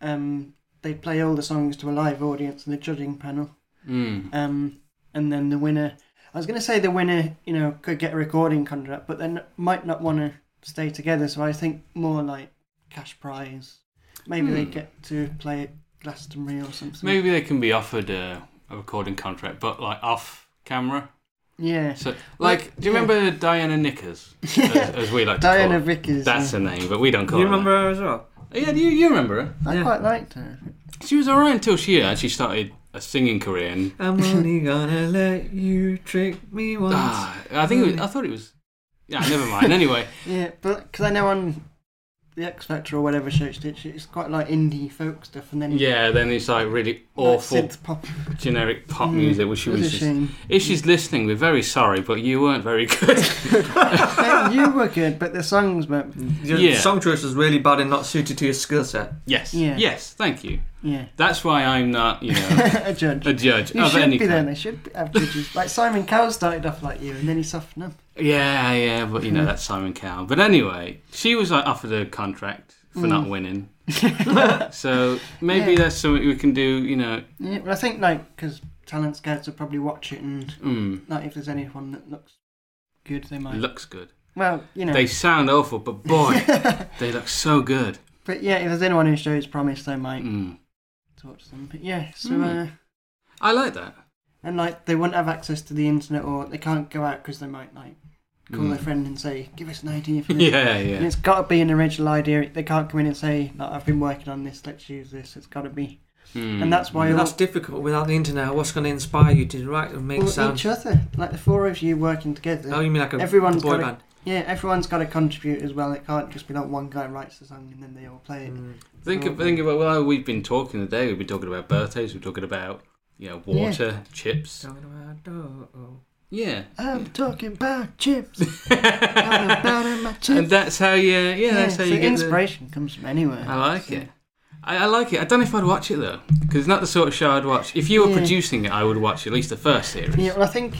[SPEAKER 1] um they'd play all the songs to a live audience and the judging panel
[SPEAKER 2] Mm.
[SPEAKER 1] um and then the winner I was going to say the winner you know could get a recording contract but then might not want to stay together so I think more like cash prize maybe they
[SPEAKER 2] Hmm.
[SPEAKER 1] get to play at Glastonbury or something
[SPEAKER 2] Maybe they can be offered a, a recording contract, but like off camera.
[SPEAKER 1] yeah
[SPEAKER 2] So, like, do you
[SPEAKER 1] Yeah.
[SPEAKER 2] remember Diana Nickers, as, as we like to call
[SPEAKER 1] *laughs* Diana
[SPEAKER 2] her?
[SPEAKER 1] Vickers
[SPEAKER 2] That's
[SPEAKER 1] yeah.
[SPEAKER 2] her name, but we don't
[SPEAKER 3] Do
[SPEAKER 2] call
[SPEAKER 3] you
[SPEAKER 2] her.
[SPEAKER 3] remember her as well?
[SPEAKER 2] that. Yeah, do you, you remember her?
[SPEAKER 1] I
[SPEAKER 3] yeah.
[SPEAKER 1] quite liked her
[SPEAKER 2] She was alright until she actually started a singing career, and *laughs*
[SPEAKER 3] I'm only gonna let you trick me once.
[SPEAKER 2] Ah, I think it was, I thought it was. Yeah,
[SPEAKER 1] *laughs*
[SPEAKER 2] never mind. Anyway,
[SPEAKER 1] yeah but because I know on the X Factor or whatever show she did she- it's quite like indie folk stuff and then
[SPEAKER 2] yeah, then it's like really awful
[SPEAKER 1] synth pop
[SPEAKER 2] generic pop
[SPEAKER 1] Mm,
[SPEAKER 2] music, which she
[SPEAKER 1] it was a
[SPEAKER 2] was just.
[SPEAKER 1] shame
[SPEAKER 2] If she's listening, we're very sorry, but you weren't very *laughs* good.
[SPEAKER 1] Hey,
[SPEAKER 3] *laughs*
[SPEAKER 1] you were good but the songs weren't
[SPEAKER 3] Your
[SPEAKER 2] Yeah.
[SPEAKER 3] song choice was really bad and not suited to your skill set.
[SPEAKER 2] yes,
[SPEAKER 1] Yeah.
[SPEAKER 2] yes, thank you.
[SPEAKER 1] yeah
[SPEAKER 2] That's why I'm not, you know, *laughs*
[SPEAKER 1] *laughs* a judge
[SPEAKER 2] a judge
[SPEAKER 1] You
[SPEAKER 2] of
[SPEAKER 1] should
[SPEAKER 2] any
[SPEAKER 1] be there.
[SPEAKER 2] kind.
[SPEAKER 1] They should be, have judges. like Simon Cowell started off like you, and then he softened
[SPEAKER 2] *laughs*
[SPEAKER 1] up.
[SPEAKER 2] Yeah, yeah, but you know *laughs* that's Simon Cowell. But anyway, she was like, offered a contract for not winning. so maybe
[SPEAKER 1] Yeah.
[SPEAKER 2] that's something we can do. You know,
[SPEAKER 1] Yeah, well, I think like because talent scouts will probably watch it, and
[SPEAKER 2] mm,
[SPEAKER 1] like if there's anyone that looks good, they might.
[SPEAKER 2] looks good.
[SPEAKER 1] well, you know.
[SPEAKER 2] They sound awful, but *laughs* boy, they look so good.
[SPEAKER 1] *laughs* but yeah, if there's anyone who shows promise, they might
[SPEAKER 2] Mm.
[SPEAKER 1] talk to them. But yeah, so
[SPEAKER 2] Mm.
[SPEAKER 1] uh,
[SPEAKER 2] I like that.
[SPEAKER 1] and like they won't have access to the internet, or they can't go out because they might like call
[SPEAKER 2] Mm.
[SPEAKER 1] their friend and say, "Give us an idea." For this."
[SPEAKER 2] *laughs* Yeah,
[SPEAKER 1] And
[SPEAKER 2] yeah.
[SPEAKER 1] it's got to be an original idea. They can't come in and say, like, "I've been working on this. Let's use this." It's got to be,
[SPEAKER 2] Mm.
[SPEAKER 1] and that's why
[SPEAKER 3] But
[SPEAKER 1] all-
[SPEAKER 3] that's difficult without the internet. What's going to inspire you to write and make
[SPEAKER 1] Well,
[SPEAKER 3] sound?
[SPEAKER 1] each other, like the four of you working together.
[SPEAKER 3] Oh, you mean like a
[SPEAKER 1] Everyone's
[SPEAKER 3] boy
[SPEAKER 1] got a-
[SPEAKER 3] band?
[SPEAKER 1] Yeah, everyone's got to contribute as well. It can't just be like one guy writes the song and then they all play it.
[SPEAKER 3] Mm.
[SPEAKER 2] Think of, think about well, we've been talking today. We've been talking about birthdays. We're talking about you know water, chips.
[SPEAKER 3] Talking about dough.
[SPEAKER 2] Yeah.
[SPEAKER 1] I'm talking about
[SPEAKER 2] *laughs*
[SPEAKER 1] chips. I'm about
[SPEAKER 2] and
[SPEAKER 1] in my chips.
[SPEAKER 2] that's how you yeah, that's how
[SPEAKER 1] so
[SPEAKER 2] you get the,
[SPEAKER 1] inspiration comes from anywhere.
[SPEAKER 2] I like
[SPEAKER 1] So-
[SPEAKER 2] it. I, I like it. I don't know if I'd watch it though, because it's not the sort of show I'd watch. If you were
[SPEAKER 1] Yeah.
[SPEAKER 2] producing it, I would watch at least the first series.
[SPEAKER 1] Yeah, well, I think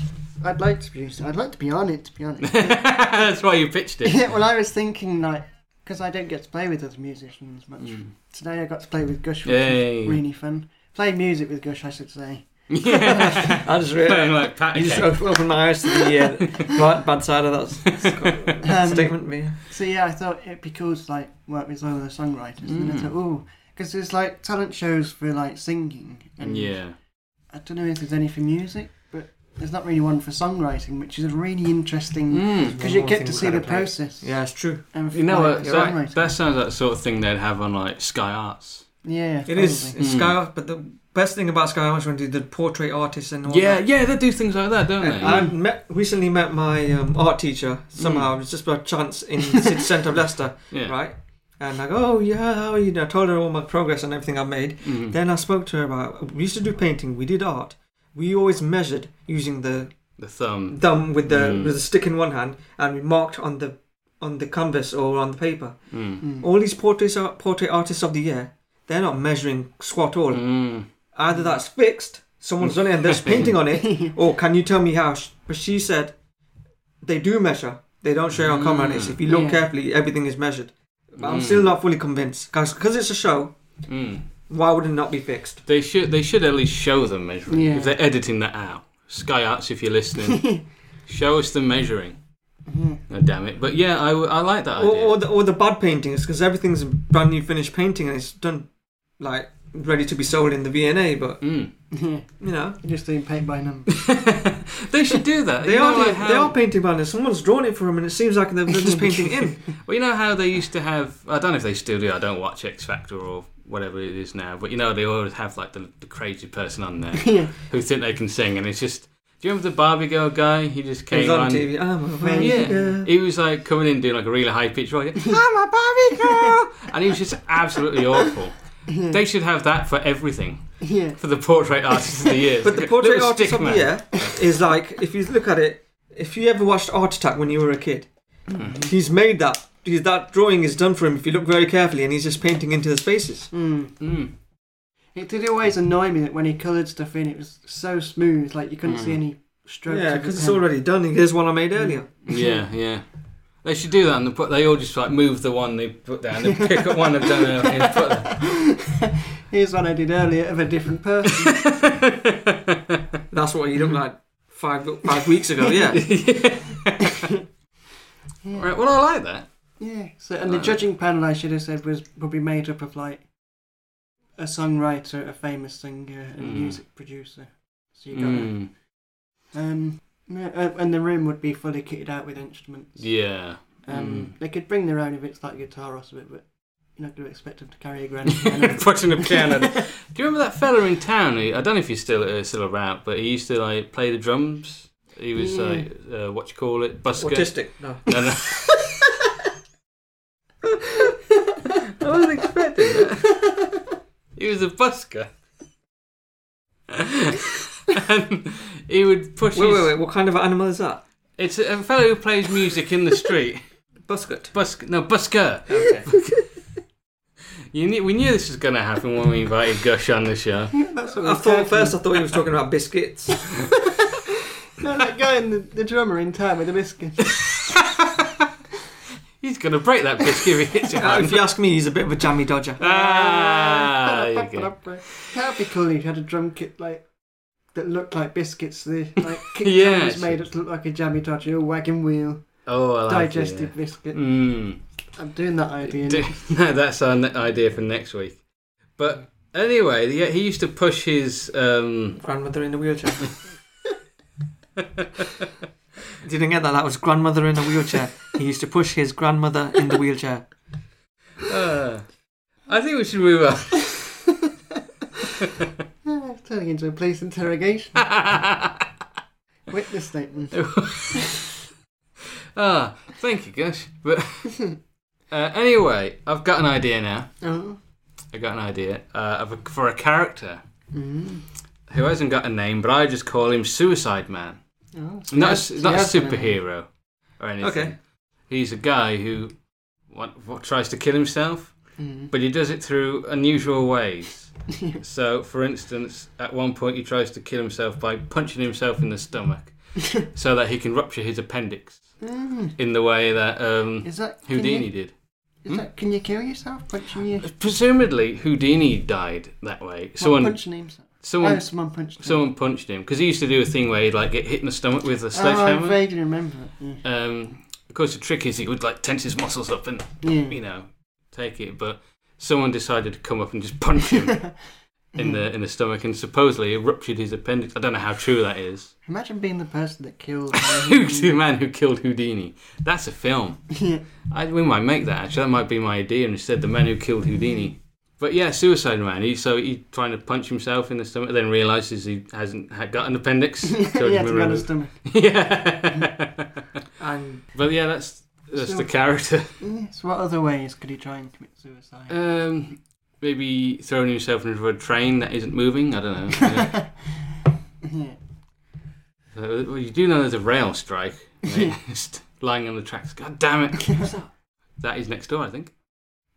[SPEAKER 1] I'd like to produce it. I'd like to be on it, to be honest.
[SPEAKER 2] *laughs* *laughs* that's why you pitched it.
[SPEAKER 1] yeah, *laughs* well, I was thinking, like, because I don't get to play with other musicians much.
[SPEAKER 2] Mm.
[SPEAKER 1] Today I got to play with Gush, which
[SPEAKER 2] Yay.
[SPEAKER 1] was really fun. Play music with Gush, I should say.
[SPEAKER 2] *laughs* yeah.
[SPEAKER 3] I just
[SPEAKER 2] Playing
[SPEAKER 3] really.
[SPEAKER 2] like Pat.
[SPEAKER 3] You just
[SPEAKER 2] again.
[SPEAKER 3] op- opened my eyes to the *laughs* uh, bad, bad side of
[SPEAKER 2] *laughs*
[SPEAKER 3] that s-
[SPEAKER 1] Um,
[SPEAKER 3] statement. Me.
[SPEAKER 1] So yeah, I thought it'd be cool to like work with some of the songwriters, and then I
[SPEAKER 2] Mm.
[SPEAKER 1] thought, ooh, because there's like talent shows for like singing, and
[SPEAKER 2] yeah.
[SPEAKER 1] I don't know if there's any for music, but there's not really one for songwriting, which is a really interesting
[SPEAKER 2] Mm.
[SPEAKER 1] because you
[SPEAKER 3] One
[SPEAKER 1] get
[SPEAKER 3] thing
[SPEAKER 1] to
[SPEAKER 3] we
[SPEAKER 1] see the
[SPEAKER 3] gotta play.
[SPEAKER 1] process.
[SPEAKER 3] Yeah, it's true.
[SPEAKER 1] and
[SPEAKER 2] You know
[SPEAKER 1] like,
[SPEAKER 2] what?
[SPEAKER 1] the
[SPEAKER 2] That,
[SPEAKER 1] songwriting.
[SPEAKER 2] that sounds like the sort of thing they'd have on like Sky Arts.
[SPEAKER 1] yeah,
[SPEAKER 3] It is.
[SPEAKER 1] probably.
[SPEAKER 3] It's
[SPEAKER 2] Mm.
[SPEAKER 3] Sky Arts, but the best thing about Sky Arts when they did portrait artists and all
[SPEAKER 2] Yeah,
[SPEAKER 3] that.
[SPEAKER 2] yeah, they do things like that, don't they?
[SPEAKER 3] And I met, recently met my um, art teacher somehow.
[SPEAKER 2] Um, Mm.
[SPEAKER 3] It was just by chance in the city
[SPEAKER 2] *laughs*
[SPEAKER 3] centre of Leicester,
[SPEAKER 2] yeah.
[SPEAKER 3] right? And I go, oh yeah, how are you? And I told her all my progress and everything I made.
[SPEAKER 2] Mhm.
[SPEAKER 3] Then I spoke to her about we used to do painting, we did art, we always measured using the
[SPEAKER 2] The thumb.
[SPEAKER 3] thumb with the
[SPEAKER 2] Mm.
[SPEAKER 3] with the stick in one hand, and we marked on the on the canvas or on the paper.
[SPEAKER 2] Mm.
[SPEAKER 1] Mm. *laughs*
[SPEAKER 3] All these portraits are portrait artists of the year. They're not measuring squat all.
[SPEAKER 2] Mm.
[SPEAKER 3] Either that's fixed, someone's done it
[SPEAKER 2] *laughs*
[SPEAKER 3] and there's painting on it, or Oh, can you tell me how? sh- But she said they do measure. They don't show on camera. and it's- If you look
[SPEAKER 1] Yeah.
[SPEAKER 3] carefully, everything is measured. But I'm
[SPEAKER 2] Mm.
[SPEAKER 3] still not fully convinced because it's a show.
[SPEAKER 2] Mm.
[SPEAKER 3] Why would it not be fixed?
[SPEAKER 2] They should they should at least show them measuring.
[SPEAKER 1] Yeah.
[SPEAKER 2] If they're editing that out, Sky Arts, if you're
[SPEAKER 1] *laughs*
[SPEAKER 2] listening, show us them measuring. Oh, damn it! But yeah, I, I like that
[SPEAKER 3] Or,
[SPEAKER 2] idea.
[SPEAKER 3] or, the, or the bad paintings because everything's a brand new finished painting and it's done like ready to be sold in the V&A. But
[SPEAKER 2] Mm.
[SPEAKER 1] Yeah.
[SPEAKER 3] you know
[SPEAKER 1] You're Just doing paint by number.
[SPEAKER 2] *laughs* they should do that.
[SPEAKER 3] they
[SPEAKER 2] You
[SPEAKER 3] are
[SPEAKER 2] know,
[SPEAKER 3] doing-
[SPEAKER 2] like
[SPEAKER 3] they
[SPEAKER 2] how-
[SPEAKER 3] are painting by now. Someone's drawn it for them and it seems like
[SPEAKER 2] *laughs*
[SPEAKER 3] they're, they're just painting in.
[SPEAKER 2] Well, you know how they used to have. I don't know if they still do. I don't watch X Factor or whatever it is now. But you know they always have like the, the crazy person on *laughs*
[SPEAKER 3] *laughs*
[SPEAKER 2] there
[SPEAKER 1] yeah.
[SPEAKER 2] who think they can sing, and it's just. Do you remember the Barbie girl guy? He just
[SPEAKER 3] It
[SPEAKER 2] came
[SPEAKER 3] was
[SPEAKER 2] on.
[SPEAKER 3] on TV. I'm a
[SPEAKER 1] Well,
[SPEAKER 3] Barbie
[SPEAKER 2] Yeah.
[SPEAKER 3] girl.
[SPEAKER 2] He was like coming in doing like a really high pitched
[SPEAKER 3] *laughs*
[SPEAKER 2] voice. I'm a Barbie girl, and he was just absolutely awful. They should have that for everything
[SPEAKER 1] *laughs* Yeah.
[SPEAKER 2] for the
[SPEAKER 3] *laughs*
[SPEAKER 2] portrait artist of the year.
[SPEAKER 3] But the portrait
[SPEAKER 2] Little
[SPEAKER 3] artist
[SPEAKER 2] stick
[SPEAKER 3] of the
[SPEAKER 2] man.
[SPEAKER 3] year is like, if you look at it, if you ever watched Art Attack when you were a kid, he's made that. He's, that drawing is done for him if you look very carefully, and he's just painting into his faces.
[SPEAKER 1] Mm.
[SPEAKER 2] Mm.
[SPEAKER 1] It did always annoy me that when he coloured stuff in, it was so smooth, like you couldn't see
[SPEAKER 2] Mm.
[SPEAKER 1] any strokes.
[SPEAKER 3] Yeah,
[SPEAKER 1] of the
[SPEAKER 3] because it's
[SPEAKER 1] pen.
[SPEAKER 3] already done. Here's one I made earlier.
[SPEAKER 2] Yeah, yeah. They should do that, and they, put, they all just like move the one they put down,
[SPEAKER 1] *laughs*
[SPEAKER 2] they pick up one they've done and and put them.
[SPEAKER 1] Here's one I did earlier of a different
[SPEAKER 2] *laughs*
[SPEAKER 1] person. *laughs*
[SPEAKER 3] That's what he looked like five five weeks ago. *laughs* *laughs* Yeah,
[SPEAKER 1] Yeah.
[SPEAKER 2] *laughs* Right, well, I like that.
[SPEAKER 1] Yeah. So, and the
[SPEAKER 2] Right.
[SPEAKER 1] judging panel I should have said was probably made up of like a songwriter, a famous singer, and
[SPEAKER 2] Mm.
[SPEAKER 1] music producer. So you got
[SPEAKER 2] Mm,
[SPEAKER 1] um, no, uh, and the room would be fully kitted out with instruments.
[SPEAKER 2] yeah.
[SPEAKER 1] Um,
[SPEAKER 2] Mm.
[SPEAKER 1] They could bring their own if it's like guitar or something, but you're not going to expect them to carry a
[SPEAKER 2] *laughs*
[SPEAKER 1] grand piano.
[SPEAKER 2] Putting a
[SPEAKER 1] *laughs*
[SPEAKER 2] piano. Do you remember that fella in town? Who, I don't know if he's still uh, still around, but he used to like play the drums. He was
[SPEAKER 1] Yeah.
[SPEAKER 2] like, uh, what you call it, busker.
[SPEAKER 3] autistic. *laughs* No,
[SPEAKER 2] No, no.
[SPEAKER 1] I
[SPEAKER 2] wasn't expecting
[SPEAKER 1] that.
[SPEAKER 2] He was a busker. *laughs* and he would push
[SPEAKER 3] wait,
[SPEAKER 2] his...
[SPEAKER 3] wait, wait. What kind of animal is that?
[SPEAKER 2] It's a, a fellow who plays music in the street.
[SPEAKER 3] Busket.
[SPEAKER 2] Busk, no, busker.
[SPEAKER 3] Okay.
[SPEAKER 2] You knew, we knew this was going to happen when we invited Gush on the show.
[SPEAKER 1] *laughs* That's what
[SPEAKER 3] I thought first. I thought he was talking about
[SPEAKER 1] *laughs*
[SPEAKER 3] biscuits. *laughs*
[SPEAKER 1] No, that guy in the, the drummer in town with the biscuit.
[SPEAKER 2] He's going to break that biscuit if he
[SPEAKER 3] *laughs*
[SPEAKER 2] hits it.
[SPEAKER 3] Uh, if you ask me, he's a bit of a jammy dodger.
[SPEAKER 2] Ah, there you go.
[SPEAKER 1] That'd be cool if you had a drum kit like that looked like biscuits. The
[SPEAKER 2] *laughs*
[SPEAKER 1] like kick
[SPEAKER 2] Yeah,
[SPEAKER 1] drum was
[SPEAKER 2] actually.
[SPEAKER 1] made it to look like a jammy dodger, a wagon wheel,
[SPEAKER 2] Oh, I like
[SPEAKER 1] digestive
[SPEAKER 2] it.
[SPEAKER 1] biscuit.
[SPEAKER 2] Mm.
[SPEAKER 1] I'm doing that idea.
[SPEAKER 2] Do- *laughs* no, that's our ne- idea for next week. But anyway, yeah, he used to push his. Um, *laughs*
[SPEAKER 3] Grandmother in a wheelchair.
[SPEAKER 2] Ah.
[SPEAKER 3] Didn't get that. That was grandmother in a wheelchair. He used to push his grandmother in
[SPEAKER 1] *laughs*
[SPEAKER 3] the wheelchair.
[SPEAKER 2] uh, I think we should move on.
[SPEAKER 1] Ah, it's turning into a police interrogation.
[SPEAKER 2] *laughs*
[SPEAKER 1] Witness statement.
[SPEAKER 2] *laughs* ah, thank you, Gush. But uh, anyway, I've got an idea now.
[SPEAKER 1] Oh.
[SPEAKER 2] I've got an idea uh, of a, for a character
[SPEAKER 1] Mm.
[SPEAKER 2] who hasn't got a name, but I just call him Suicide Man.
[SPEAKER 1] Oh, so
[SPEAKER 2] Not,
[SPEAKER 1] that's-
[SPEAKER 2] a, not a
[SPEAKER 1] that's gonna be-
[SPEAKER 2] superhero or anything.
[SPEAKER 3] Okay.
[SPEAKER 2] He's a guy who what, what, tries to kill himself,
[SPEAKER 1] Mm. *laughs*
[SPEAKER 2] but he does it through unusual ways. so, for instance, at one point he tries to kill himself by punching himself in the stomach so that he can rupture his appendix
[SPEAKER 1] Mm.
[SPEAKER 2] in the way that um,
[SPEAKER 1] Is that can
[SPEAKER 2] Houdini
[SPEAKER 1] You,
[SPEAKER 2] did.
[SPEAKER 1] is
[SPEAKER 2] Hmm?
[SPEAKER 1] that can you kill yourself punching you?
[SPEAKER 2] Presumably, Houdini died that way.
[SPEAKER 1] Someone
[SPEAKER 2] *laughs* Someone,
[SPEAKER 1] punching himself.
[SPEAKER 2] someone,
[SPEAKER 1] oh, someone punched. him.
[SPEAKER 2] someone punched him because he used to do a thing where he'd like get hit in the stomach with a
[SPEAKER 1] Oh, I
[SPEAKER 2] sledgehammer.
[SPEAKER 1] vaguely remember it. Yeah.
[SPEAKER 2] um, of course, the trick is he would like tense his muscles up and
[SPEAKER 1] Yeah. *laughs*
[SPEAKER 2] you know, take it. But someone decided to come up and just punch
[SPEAKER 1] *laughs*
[SPEAKER 2] him in the in the stomach, and supposedly it ruptured his appendix. I don't know how true that is.
[SPEAKER 1] Imagine being the person that killed.
[SPEAKER 2] Who's the man *laughs* who killed Houdini? That's a film.
[SPEAKER 1] *laughs* yeah.
[SPEAKER 2] I, we might make that actually. That might be my idea instead. The man who killed Houdini. But yeah, Suicide Man. He so he trying to punch himself in the stomach, then realizes he hasn't had got
[SPEAKER 1] *laughs*
[SPEAKER 2] an appendix. So it's
[SPEAKER 1] he had to
[SPEAKER 2] been
[SPEAKER 1] go on his
[SPEAKER 2] removed.
[SPEAKER 1] stomach.
[SPEAKER 2] *laughs* yeah. *laughs*
[SPEAKER 3] And
[SPEAKER 2] but yeah, that's that's
[SPEAKER 1] So-
[SPEAKER 2] the character.
[SPEAKER 1] Yes. What other ways could he try and commit suicide?
[SPEAKER 3] Uh,
[SPEAKER 1] *laughs*
[SPEAKER 2] Um, maybe throwing himself into a train that isn't moving. I don't know. Yeah.
[SPEAKER 1] Yeah.
[SPEAKER 2] So, well, you do know there's a rail strike.
[SPEAKER 1] *laughs*
[SPEAKER 2] mate. Just lying on the tracks. God damn it.
[SPEAKER 3] What's that?
[SPEAKER 2] That is next door, I think. *laughs*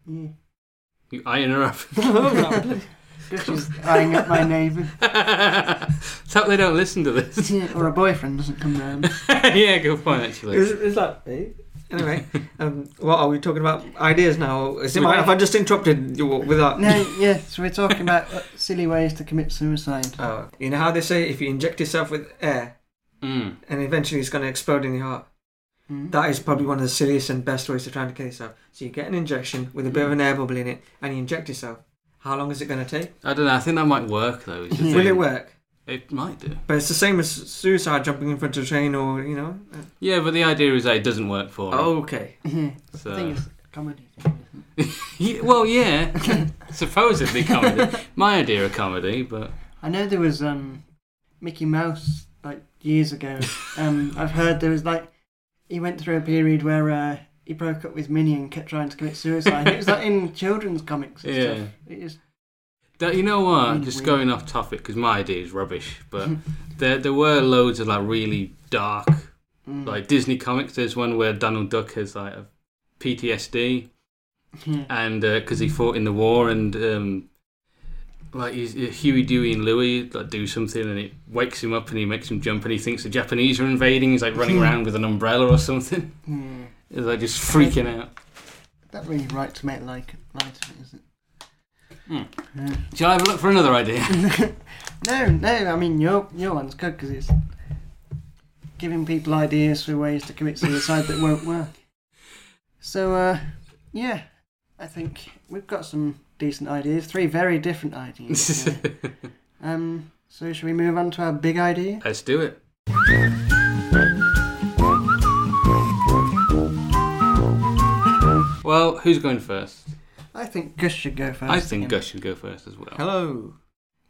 [SPEAKER 1] Yeah.
[SPEAKER 2] You iron her up. *laughs*
[SPEAKER 1] Guess she's eyeing up my neighbour.
[SPEAKER 2] Let's hope they don't listen to this.
[SPEAKER 1] Yeah, or a boyfriend doesn't come round.
[SPEAKER 2] *laughs* yeah, good point, actually.
[SPEAKER 3] Is, is that eh? Anyway, um, what are we talking about? Ideas now? Is it mine? Have I just interrupted you with that?
[SPEAKER 1] No, yeah, so we're talking about uh, silly ways to commit suicide.
[SPEAKER 3] Oh, you know how they say if you inject yourself with air
[SPEAKER 2] Mm.
[SPEAKER 3] and eventually it's going to explode in your heart?
[SPEAKER 1] Mm.
[SPEAKER 3] That is probably one of the silliest and best ways to try and kill yourself. So you get an injection with a bit of an air bubble in it and you inject yourself. How long is it going to take?
[SPEAKER 2] I don't know. I think that might work, though. is the
[SPEAKER 1] Yeah.
[SPEAKER 3] Will
[SPEAKER 2] thing.
[SPEAKER 3] it work?
[SPEAKER 2] It might do.
[SPEAKER 3] But it's the same as suicide jumping in front of a train or, you know. uh,
[SPEAKER 2] Yeah, but the idea is that it doesn't work for
[SPEAKER 1] Oh.
[SPEAKER 2] them.
[SPEAKER 3] okay.
[SPEAKER 1] Yeah. I
[SPEAKER 2] So.
[SPEAKER 1] think it's a comedy thing. isn't it?
[SPEAKER 2] *laughs* Yeah,
[SPEAKER 1] *laughs*
[SPEAKER 2] well, yeah. *laughs* Supposedly comedy. My idea of comedy, but.
[SPEAKER 1] I know there was um, Mickey Mouse like years ago. Um, I've heard there was like he went through a period where uh, he broke up with Minnie and kept trying to commit suicide. it was like in children's comics. And
[SPEAKER 2] *laughs* Yeah.
[SPEAKER 1] Stuff. It is.
[SPEAKER 2] That- you know what?
[SPEAKER 1] Really
[SPEAKER 2] Just
[SPEAKER 1] weird.
[SPEAKER 2] going off topic because my idea is rubbish,
[SPEAKER 1] *laughs*
[SPEAKER 2] but there there were loads of like really dark
[SPEAKER 1] Mm.
[SPEAKER 2] like Disney comics. There's one where Donald Duck has like a PTSD
[SPEAKER 1] Yeah.
[SPEAKER 2] and because he fought in the war and um, like he's, uh, Huey, Dewey, and Louie like do something and it wakes him up and he makes him jump and he thinks the Japanese are invading. He's like
[SPEAKER 1] Hmm.
[SPEAKER 2] running around with an umbrella or something. *laughs*
[SPEAKER 1] yeah.
[SPEAKER 2] He's like just freaking out.
[SPEAKER 1] That really right to make like light of it, isn't
[SPEAKER 2] Hmm. Shall I have a look for another idea? *laughs*
[SPEAKER 1] it? no, no. I mean, your your one's good because it's giving people ideas for ways to commit suicide that won't work. So, uh, yeah, I think we've got some decent ideas. Three very different
[SPEAKER 2] *laughs*
[SPEAKER 1] ideas. yeah. Um, so should we move on to our big idea?
[SPEAKER 2] Let's do it. Well, who's going first?
[SPEAKER 1] I think Gus should go first.
[SPEAKER 2] I think
[SPEAKER 1] again.
[SPEAKER 2] Gus should go first as well.
[SPEAKER 3] Hello.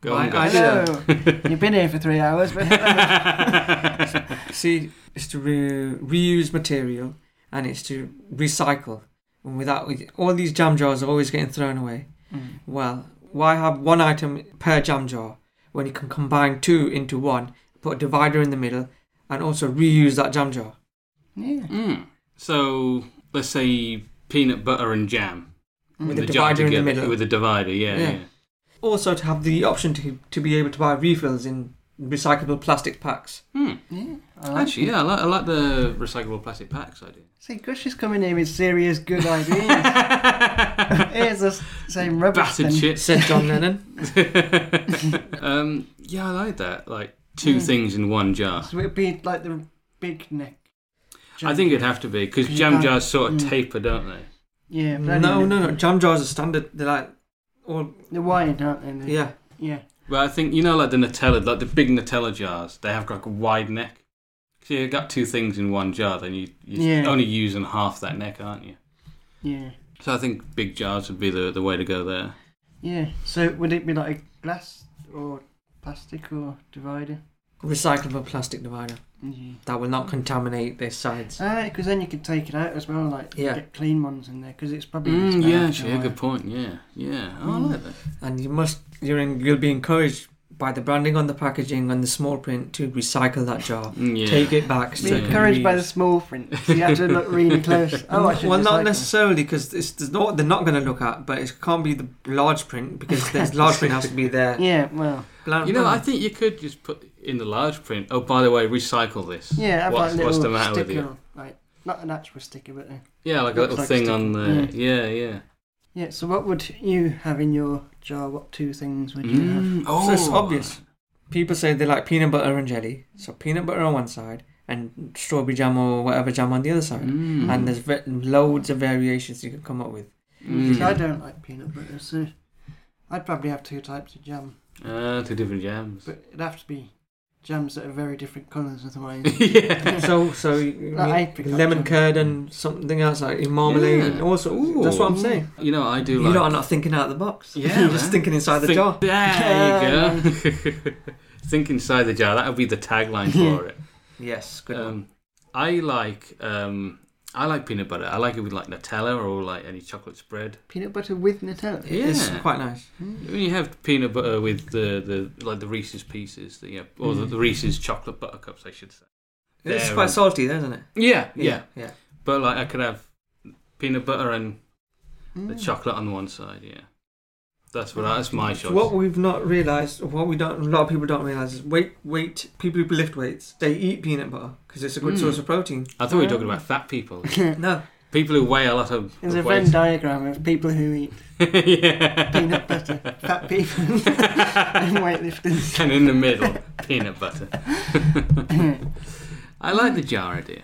[SPEAKER 2] Go on,
[SPEAKER 3] My
[SPEAKER 2] Gus.
[SPEAKER 1] Hello.
[SPEAKER 2] *laughs*
[SPEAKER 1] *laughs* You've been here for three hours, but
[SPEAKER 3] See, it's to re- reuse material and it's to recycle. And without all these jam jars are always getting thrown away.
[SPEAKER 1] Mm.
[SPEAKER 3] Well, why have one item per jam jar when you can combine two into one, put a divider in the middle, and also reuse that jam jar?
[SPEAKER 1] yeah,
[SPEAKER 2] Mm. So let's say peanut butter and jam
[SPEAKER 1] Mm.
[SPEAKER 3] With
[SPEAKER 2] in
[SPEAKER 3] a
[SPEAKER 2] the jar
[SPEAKER 3] divider in the
[SPEAKER 2] together
[SPEAKER 3] middle.
[SPEAKER 2] with a divider. Yeah, yeah.
[SPEAKER 3] Yeah. Also, to have the option to to be able to buy refills in recyclable plastic packs.
[SPEAKER 2] Hmm.
[SPEAKER 1] yeah. I like
[SPEAKER 2] Actually,
[SPEAKER 1] it.
[SPEAKER 2] yeah, I like, I like the recyclable plastic packs idea.
[SPEAKER 1] See, Gus is coming here with serious good ideas.
[SPEAKER 2] *laughs*
[SPEAKER 1] Here's the s- same rubbish
[SPEAKER 2] Battered
[SPEAKER 1] then.
[SPEAKER 2] shit.
[SPEAKER 3] Said John Lennon.
[SPEAKER 2] *laughs* um, yeah, I like that. Like two
[SPEAKER 1] Yeah.
[SPEAKER 2] things in one jar.
[SPEAKER 1] So it'd be like the big neck.
[SPEAKER 2] I think it'd have to be because
[SPEAKER 1] You
[SPEAKER 2] jam
[SPEAKER 1] can't-
[SPEAKER 2] jars sort of
[SPEAKER 1] mm.
[SPEAKER 2] taper, don't they?
[SPEAKER 1] Yeah. but I
[SPEAKER 3] No,
[SPEAKER 1] don't know.
[SPEAKER 3] no, no. Jam jars are standard. They're like all
[SPEAKER 1] They're wired, aren't they?
[SPEAKER 3] yeah.
[SPEAKER 1] Yeah.
[SPEAKER 2] But I think you know, like the Nutella, like the big Nutella jars, they have like a wide neck. So you've got two things in one jar, then you you're
[SPEAKER 1] Yeah.
[SPEAKER 2] only using half that neck, aren't you?
[SPEAKER 1] Yeah.
[SPEAKER 2] So I think big jars would be the the way to go there.
[SPEAKER 1] Yeah. So would it be like a glass or plastic or divider?
[SPEAKER 3] Recyclable plastic divider
[SPEAKER 1] Yeah.
[SPEAKER 3] that will not contaminate their sides.
[SPEAKER 1] because then you could take it out as well, like
[SPEAKER 3] Yeah.
[SPEAKER 1] get clean ones in there, because it's probably
[SPEAKER 2] Mm,
[SPEAKER 1] expired
[SPEAKER 2] yeah,
[SPEAKER 1] for a
[SPEAKER 2] actually, yeah,
[SPEAKER 1] while.
[SPEAKER 2] good point. Yeah, yeah, Oh, I
[SPEAKER 1] Mm.
[SPEAKER 2] like that.
[SPEAKER 3] And you must you're in, you'll be encouraged by the branding on the packaging and the small print to recycle that jar.
[SPEAKER 2] Mm, yeah.
[SPEAKER 3] Take it back. so
[SPEAKER 1] Be
[SPEAKER 3] it can
[SPEAKER 1] encouraged by
[SPEAKER 3] reuse.
[SPEAKER 1] the small print. So you have to look really
[SPEAKER 3] *laughs*
[SPEAKER 1] close. Oh, I should
[SPEAKER 3] well, not
[SPEAKER 1] recycle.
[SPEAKER 3] necessarily because it's there's not they're not going to look at, but it can't be the large print *laughs* because there's large print has to be there.
[SPEAKER 1] Yeah, well,
[SPEAKER 3] Blan-
[SPEAKER 2] You know, I
[SPEAKER 3] blan-
[SPEAKER 2] think you could just put in the large print. Oh, by the way, recycle this.
[SPEAKER 1] yeah, I've like
[SPEAKER 2] What's-
[SPEAKER 1] a little
[SPEAKER 2] what's the matter with
[SPEAKER 1] sticker,
[SPEAKER 2] you?
[SPEAKER 1] like not an actual sticker, but uh,
[SPEAKER 2] Yeah, like a
[SPEAKER 1] Looks
[SPEAKER 2] little
[SPEAKER 1] like a
[SPEAKER 2] thing
[SPEAKER 1] stick-
[SPEAKER 2] on the. Yeah, yeah.
[SPEAKER 1] yeah. So, what would you have in your jar? What two things would you have?
[SPEAKER 2] Mm,
[SPEAKER 3] So it's obvious. people say they like peanut butter and jelly, so peanut butter on one side and strawberry jam or whatever jam on the other side.
[SPEAKER 2] Mm.
[SPEAKER 3] And there's ve- loads of variations you can come up with.
[SPEAKER 2] Mm.
[SPEAKER 1] See, I don't like peanut butter, so I'd probably have two types of jam,
[SPEAKER 2] Ah, two
[SPEAKER 1] *laughs*
[SPEAKER 2] different jams.
[SPEAKER 1] but it'd have to be jams that are very different colours, otherwise.
[SPEAKER 2] *laughs* yeah.
[SPEAKER 3] So, so you-
[SPEAKER 1] Like
[SPEAKER 3] you-
[SPEAKER 1] I pick up
[SPEAKER 3] lemon
[SPEAKER 1] jam.
[SPEAKER 3] curd and something else like in marmalade
[SPEAKER 2] Yeah.
[SPEAKER 3] and also. That's what I'm saying.
[SPEAKER 2] You know, I do
[SPEAKER 3] You
[SPEAKER 2] like.
[SPEAKER 3] lot are not thinking out of the box.
[SPEAKER 1] *laughs*
[SPEAKER 2] Yeah,
[SPEAKER 3] You're just
[SPEAKER 2] man.
[SPEAKER 3] thinking inside the
[SPEAKER 2] Think-
[SPEAKER 3] jar.
[SPEAKER 2] There you go. *laughs* Think inside the jar. That would be the tagline for it.
[SPEAKER 3] Yes, good. one.
[SPEAKER 2] Um, I like um, I like peanut butter. I like it with like Nutella or like any chocolate spread.
[SPEAKER 1] Peanut butter with Nutella.
[SPEAKER 2] Yeah,
[SPEAKER 3] It's quite nice.
[SPEAKER 2] When you have peanut butter with the, the like the Reese's pieces, the, yeah, or the, the Reese's chocolate butter cups, I should say.
[SPEAKER 3] It's
[SPEAKER 2] They're-
[SPEAKER 3] quite salty, though, isn't it?
[SPEAKER 2] Yeah, yeah,
[SPEAKER 3] Yeah.
[SPEAKER 2] But like I could have peanut butter and the
[SPEAKER 1] Mm.
[SPEAKER 2] chocolate on one side. Yeah, that's what I, that's my
[SPEAKER 3] So
[SPEAKER 2] choice.
[SPEAKER 3] what we've not realised, what we don't, a lot of people don't realise, is weight, weight. People who lift weights, they eat peanut butter because it's a good
[SPEAKER 2] Mm.
[SPEAKER 3] source of protein.
[SPEAKER 2] I thought we were talking about fat people,
[SPEAKER 3] No,
[SPEAKER 2] people who weigh a lot of.
[SPEAKER 1] *laughs* There's
[SPEAKER 2] of
[SPEAKER 1] a
[SPEAKER 2] weight.
[SPEAKER 1] Venn diagram of people who eat
[SPEAKER 2] *laughs* yeah.
[SPEAKER 1] peanut butter, fat
[SPEAKER 2] *laughs*
[SPEAKER 1] people, *laughs* and weightlifters.
[SPEAKER 2] and in the middle, peanut butter. *laughs* I like the jar idea.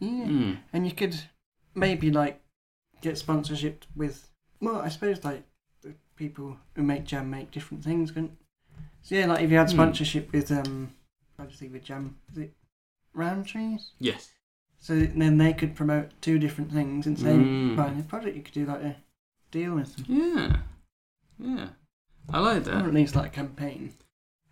[SPEAKER 1] Yeah.
[SPEAKER 2] Mm.
[SPEAKER 1] And you could maybe like get sponsorship with, well, I suppose like the people who make jam make different things, couldn't? So yeah, like if you had
[SPEAKER 2] Hmm.
[SPEAKER 1] sponsorship with um, I just think with jam, is it round trees?
[SPEAKER 2] Yes.
[SPEAKER 1] So then they could promote two different things and say,
[SPEAKER 2] Mm.
[SPEAKER 1] buying a product, you could do like a deal with them,
[SPEAKER 2] Yeah. Yeah. I like
[SPEAKER 1] or
[SPEAKER 2] that.
[SPEAKER 1] at least like a campaign.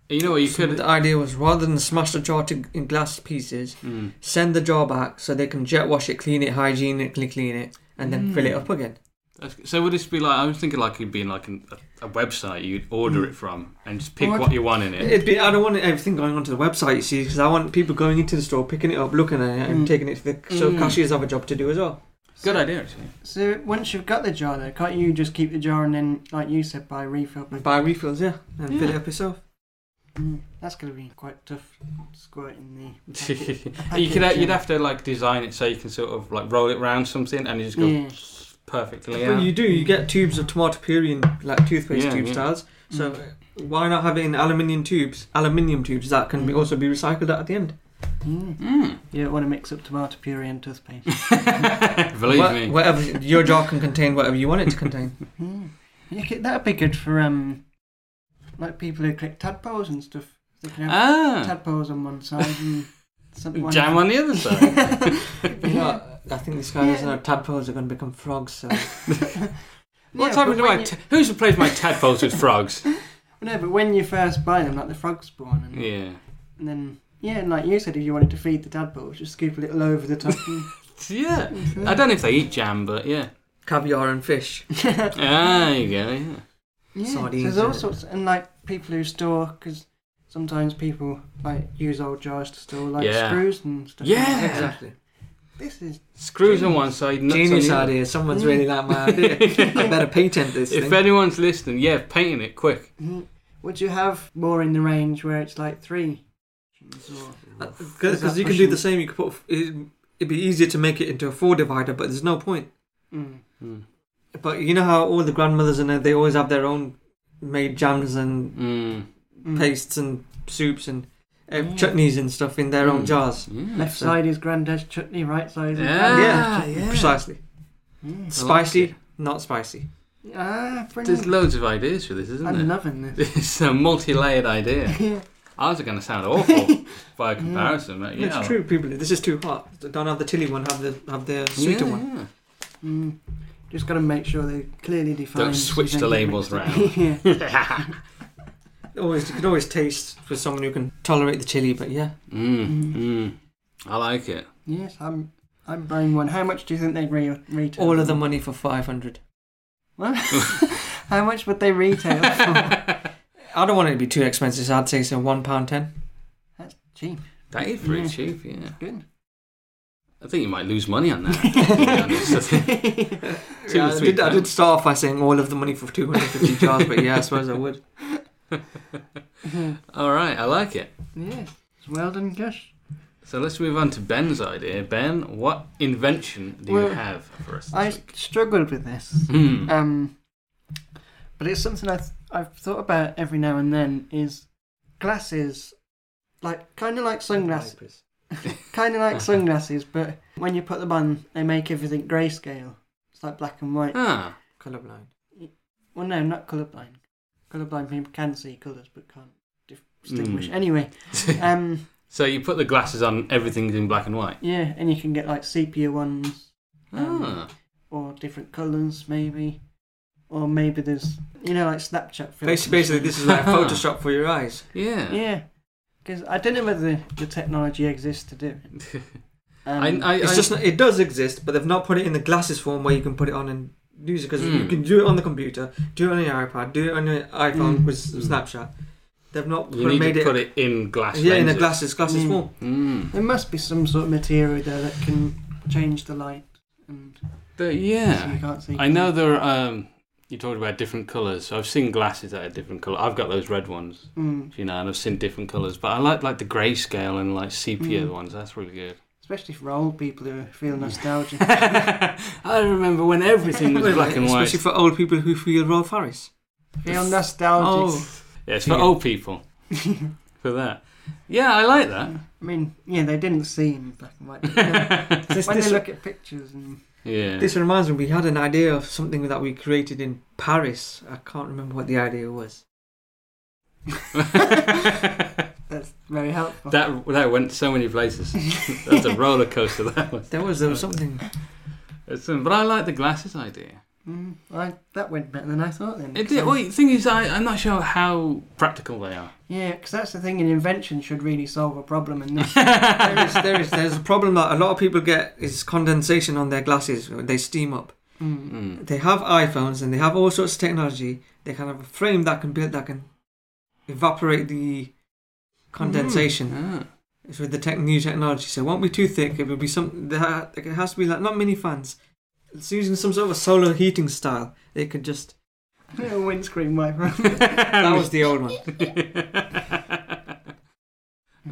[SPEAKER 2] You know what? You
[SPEAKER 3] So
[SPEAKER 2] could.
[SPEAKER 3] the idea was rather than smash the jar to, in glass pieces,
[SPEAKER 2] Mm.
[SPEAKER 3] send the jar back so they can jet wash it, clean it hygienically, clean it, and then fill it
[SPEAKER 2] Mm.
[SPEAKER 3] up again.
[SPEAKER 2] That's- So would this be like? I was thinking like it'd be like an, a, a website you'd order it from and just pick
[SPEAKER 1] Mm. Or-
[SPEAKER 2] what you want in it.
[SPEAKER 3] It'd be, I don't want everything going onto the website, you see, because I want people going into the store, picking it up, looking at it, and
[SPEAKER 1] Mm.
[SPEAKER 3] taking it to the. So
[SPEAKER 2] Mm.
[SPEAKER 3] cashiers have a job to do as well.
[SPEAKER 2] Good idea, actually.
[SPEAKER 1] So once you've got the jar, though, can't you just keep the jar and then, like you said, buy a refill?
[SPEAKER 3] And buy refills, yeah, and fill it
[SPEAKER 2] Yeah.
[SPEAKER 3] up yourself.
[SPEAKER 1] Mm, that's gonna be quite tough squirting
[SPEAKER 2] *laughs*
[SPEAKER 1] the. packet-
[SPEAKER 2] you
[SPEAKER 1] a
[SPEAKER 2] could. uh,
[SPEAKER 1] package
[SPEAKER 2] You'd
[SPEAKER 1] in.
[SPEAKER 2] have to like design it so you can sort of like roll it round something and you just go
[SPEAKER 1] Yeah.
[SPEAKER 2] perfectly
[SPEAKER 3] But
[SPEAKER 2] out.
[SPEAKER 3] you do, you get tubes of tomato puree in like toothpaste
[SPEAKER 2] Yeah,
[SPEAKER 3] tube
[SPEAKER 2] yeah.
[SPEAKER 3] styles. So
[SPEAKER 1] Mm.
[SPEAKER 3] why not have it in aluminium tubes? Aluminium tubes that can be
[SPEAKER 1] Mm.
[SPEAKER 3] also be recycled at the end.
[SPEAKER 1] Mm.
[SPEAKER 2] Mm. *laughs*
[SPEAKER 1] You don't want to mix up tomato puree and toothpaste.
[SPEAKER 2] Believe
[SPEAKER 3] Wha-
[SPEAKER 2] me.
[SPEAKER 3] Whatever your jar can contain, whatever you want it to
[SPEAKER 2] *laughs*
[SPEAKER 3] contain.
[SPEAKER 1] mm. You could, that'd be good for um, like people who collect tadpoles and stuff. They can have
[SPEAKER 2] ah,
[SPEAKER 1] tadpoles on one side
[SPEAKER 2] *laughs*
[SPEAKER 1] and something.
[SPEAKER 2] jam on the other
[SPEAKER 3] *laughs*
[SPEAKER 2] side.
[SPEAKER 3] You know, I think this guy doesn't
[SPEAKER 1] Yeah.
[SPEAKER 3] know tadpoles are going to become frogs.
[SPEAKER 2] *laughs*
[SPEAKER 3] So
[SPEAKER 2] What's happened to my?
[SPEAKER 1] you,
[SPEAKER 2] ta- who's replaced my tadpoles with
[SPEAKER 1] *laughs*
[SPEAKER 2] frogs?
[SPEAKER 1] No, but when you first buy them, like the frogs spawn, and,
[SPEAKER 2] Yeah.
[SPEAKER 1] and then yeah, and like you said, if you wanted to feed the tadpoles, just scoop a little over the top. and-
[SPEAKER 2] Yeah.
[SPEAKER 1] *laughs*
[SPEAKER 2] *laughs* I don't know if they eat jam, but yeah.
[SPEAKER 3] caviar and fish.
[SPEAKER 2] Ah, there you go. Yeah.
[SPEAKER 1] Yeah,
[SPEAKER 3] Sardines
[SPEAKER 1] there's all
[SPEAKER 3] and-
[SPEAKER 1] sorts, and like people who store because sometimes people like use old jars to store like
[SPEAKER 2] Yeah.
[SPEAKER 1] screws and stuff.
[SPEAKER 2] Yeah.
[SPEAKER 1] like that.
[SPEAKER 3] Exactly.
[SPEAKER 1] this is
[SPEAKER 2] Screws on one side, nuts
[SPEAKER 3] Genius
[SPEAKER 2] on the
[SPEAKER 3] idea. Someone's
[SPEAKER 1] Mm.
[SPEAKER 3] really like my *laughs* idea. I better patent this
[SPEAKER 2] other. If
[SPEAKER 3] thing.
[SPEAKER 2] anyone's listening, yeah, painting it quick.
[SPEAKER 1] Mhm. would you have more in the range where it's like three? Or- Is that
[SPEAKER 3] Because you can do
[SPEAKER 1] pushing-
[SPEAKER 3] the same. You could put. f- it- It'd be easier to make it into a four divider, but there's no point.
[SPEAKER 1] Mm.
[SPEAKER 3] Hmm.
[SPEAKER 2] Mm.
[SPEAKER 3] But you know how all the grandmothers and that, they always have their own made jams and
[SPEAKER 2] Mm.
[SPEAKER 1] Mm.
[SPEAKER 3] pastes and soups and uh,
[SPEAKER 1] Mm.
[SPEAKER 3] chutneys and stuff in their own
[SPEAKER 2] Mm.
[SPEAKER 3] jars.
[SPEAKER 2] Mm.
[SPEAKER 1] Left
[SPEAKER 3] so-
[SPEAKER 1] side is granddad's chutney, right side is
[SPEAKER 2] Yeah,
[SPEAKER 1] granddad's
[SPEAKER 2] yeah.
[SPEAKER 3] Precisely.
[SPEAKER 1] chutney. Mm.
[SPEAKER 3] Spicy,
[SPEAKER 2] it.
[SPEAKER 3] not spicy.
[SPEAKER 1] Ah,
[SPEAKER 2] There's
[SPEAKER 1] brilliant.
[SPEAKER 2] loads of ideas for this, isn't
[SPEAKER 1] I'm
[SPEAKER 2] *laughs* there?
[SPEAKER 1] loving this.
[SPEAKER 2] It's a multi-layered idea.
[SPEAKER 1] *laughs* Yeah.
[SPEAKER 2] Ours are going to sound
[SPEAKER 3] *laughs*
[SPEAKER 2] awful by comparison. but Yeah,
[SPEAKER 3] It's true, people. This is too hot. Don't have the chilly one. Have the have the sweeter
[SPEAKER 2] Yeah,
[SPEAKER 3] one.
[SPEAKER 2] yeah.
[SPEAKER 1] *laughs* Mm. Just got to make sure they're clearly defined. so
[SPEAKER 2] switch
[SPEAKER 1] you
[SPEAKER 2] the
[SPEAKER 1] don't get
[SPEAKER 2] labels
[SPEAKER 1] mixed up.
[SPEAKER 2] round.
[SPEAKER 1] *laughs* yeah.
[SPEAKER 2] *laughs*
[SPEAKER 3] Always, you can always taste for someone who can tolerate the chili. But yeah,
[SPEAKER 2] Mm, mm. I like it.
[SPEAKER 1] Yes, I'm. I'm buying one. How much do you think they re- retail?
[SPEAKER 3] all of
[SPEAKER 1] for?
[SPEAKER 3] the money for five hundred.
[SPEAKER 1] Well,
[SPEAKER 3] *laughs*
[SPEAKER 1] how much would they retail for?
[SPEAKER 3] I don't want it to be too expensive. So I'd say so one pound *laughs* ten.
[SPEAKER 1] That's cheap.
[SPEAKER 2] That is pretty
[SPEAKER 1] Yeah.
[SPEAKER 2] cheap, yeah.
[SPEAKER 1] Good. *laughs*
[SPEAKER 2] I think you might lose money on that. to be honest. I think Two
[SPEAKER 3] Yeah,
[SPEAKER 2] or
[SPEAKER 3] I,
[SPEAKER 2] three
[SPEAKER 3] did, I did
[SPEAKER 2] pounds.
[SPEAKER 3] start off by saying all of the money for two hundred fifty jars. But yeah, I suppose I would.
[SPEAKER 2] All right, I like it.
[SPEAKER 1] yes. Well done, Gush.
[SPEAKER 2] So let's move on to Ben's idea. Ben, what invention do you
[SPEAKER 1] Well,
[SPEAKER 2] have for us? This
[SPEAKER 1] I
[SPEAKER 2] week?
[SPEAKER 1] struggled with this,
[SPEAKER 2] Hmm.
[SPEAKER 1] um, but it's something I've I've thought about every now and then. Is glasses, like kind of like sunglasses,
[SPEAKER 2] Hmm.
[SPEAKER 1] kind of
[SPEAKER 3] *laughs*
[SPEAKER 1] like sunglasses, but when you put them on, they make everything grayscale. It's like black and white.
[SPEAKER 2] *laughs* Ah,
[SPEAKER 3] Colorblind.
[SPEAKER 1] Well, no, not colorblind. Colorblind people can see colors but can't dif- distinguish.
[SPEAKER 3] Mm.
[SPEAKER 1] Anyway, um,
[SPEAKER 2] *laughs* so you put the glasses on, everything's in black and white.
[SPEAKER 1] yeah, and you can get like sepia ones Um,
[SPEAKER 2] Ah,
[SPEAKER 1] or different colors, maybe, or maybe there's you know like Snapchat filters.
[SPEAKER 3] Basically, basically,
[SPEAKER 1] *laughs*
[SPEAKER 3] this is *laughs* like Photoshop for your eyes.
[SPEAKER 2] yeah.
[SPEAKER 1] yeah, because I don't know whether the technology exists to do it. Um,
[SPEAKER 2] *laughs* I, I,
[SPEAKER 3] It's
[SPEAKER 2] I-
[SPEAKER 3] just not, it does exist, but they've not put it in the glasses form where you can put it on and use it because you
[SPEAKER 2] Mm.
[SPEAKER 3] can do it on the computer, do it on your iPad, do it on your iPhone
[SPEAKER 1] Mm.
[SPEAKER 3] with Snapchat. They've not
[SPEAKER 2] you
[SPEAKER 3] put,
[SPEAKER 2] need
[SPEAKER 3] made
[SPEAKER 2] to
[SPEAKER 3] it,
[SPEAKER 2] put it in glass.
[SPEAKER 3] yeah in a
[SPEAKER 2] lenses.
[SPEAKER 3] glasses glasses
[SPEAKER 1] Mm.
[SPEAKER 3] form.
[SPEAKER 2] Mm.
[SPEAKER 1] there must be some sort of material there that can change the light, and
[SPEAKER 2] The-
[SPEAKER 1] so
[SPEAKER 2] yeah,
[SPEAKER 1] you can't see.
[SPEAKER 2] I know there. Are, um, you talked about different colours. So I've seen glasses that are different colour. I've got those red ones,
[SPEAKER 1] Mm.
[SPEAKER 2] you know, and I've seen different colours. But I like like the grayscale and like sepia
[SPEAKER 1] Mm.
[SPEAKER 2] ones. That's really good.
[SPEAKER 1] Especially for old people who feel
[SPEAKER 2] *laughs*
[SPEAKER 1] nostalgic.
[SPEAKER 2] I remember when everything was
[SPEAKER 3] Well,
[SPEAKER 2] black and white.
[SPEAKER 3] Especially for old people who feel Rolf Harris.
[SPEAKER 1] feel nostalgic.
[SPEAKER 2] Yeah, it's for
[SPEAKER 3] Yeah.
[SPEAKER 2] old people. for that. Yeah, I like that.
[SPEAKER 1] *laughs* I mean, yeah, they didn't see in black and
[SPEAKER 2] *laughs*
[SPEAKER 1] white. but
[SPEAKER 3] This,
[SPEAKER 1] when they
[SPEAKER 3] this,
[SPEAKER 1] look at pictures and
[SPEAKER 2] Yeah.
[SPEAKER 3] this reminds me, we had an idea of something that we created in Paris. I can't remember what the idea was.
[SPEAKER 2] that
[SPEAKER 1] that's very helpful.
[SPEAKER 2] *laughs* that went so many places. That's a roller coaster that was.
[SPEAKER 3] There was there was something.
[SPEAKER 2] It's, um, but I like the glasses idea.
[SPEAKER 1] *laughs* Mm, I, that went better than I thought then.
[SPEAKER 2] It did, well, the thing is, I, I'm not sure how practical they are.
[SPEAKER 1] Yeah, because that's the thing, an invention should really solve a problem, and
[SPEAKER 2] *laughs*
[SPEAKER 1] this,
[SPEAKER 3] there is there is there's a problem that a lot of people get is condensation on their glasses. They steam up.
[SPEAKER 1] mm,
[SPEAKER 2] Mm.
[SPEAKER 3] They have iPhones and they have all sorts of technology. They can have a frame that can build that can evaporate the condensation
[SPEAKER 2] Ah.
[SPEAKER 3] It's with the tech, new technology. So it won't be too thick. It will be some. there ha- It has to be like not mini fans. It's using some sort of a solar heating style. They could just.
[SPEAKER 1] little
[SPEAKER 2] *laughs*
[SPEAKER 1] windscreen wiper.
[SPEAKER 3] That was the old one.
[SPEAKER 2] *laughs*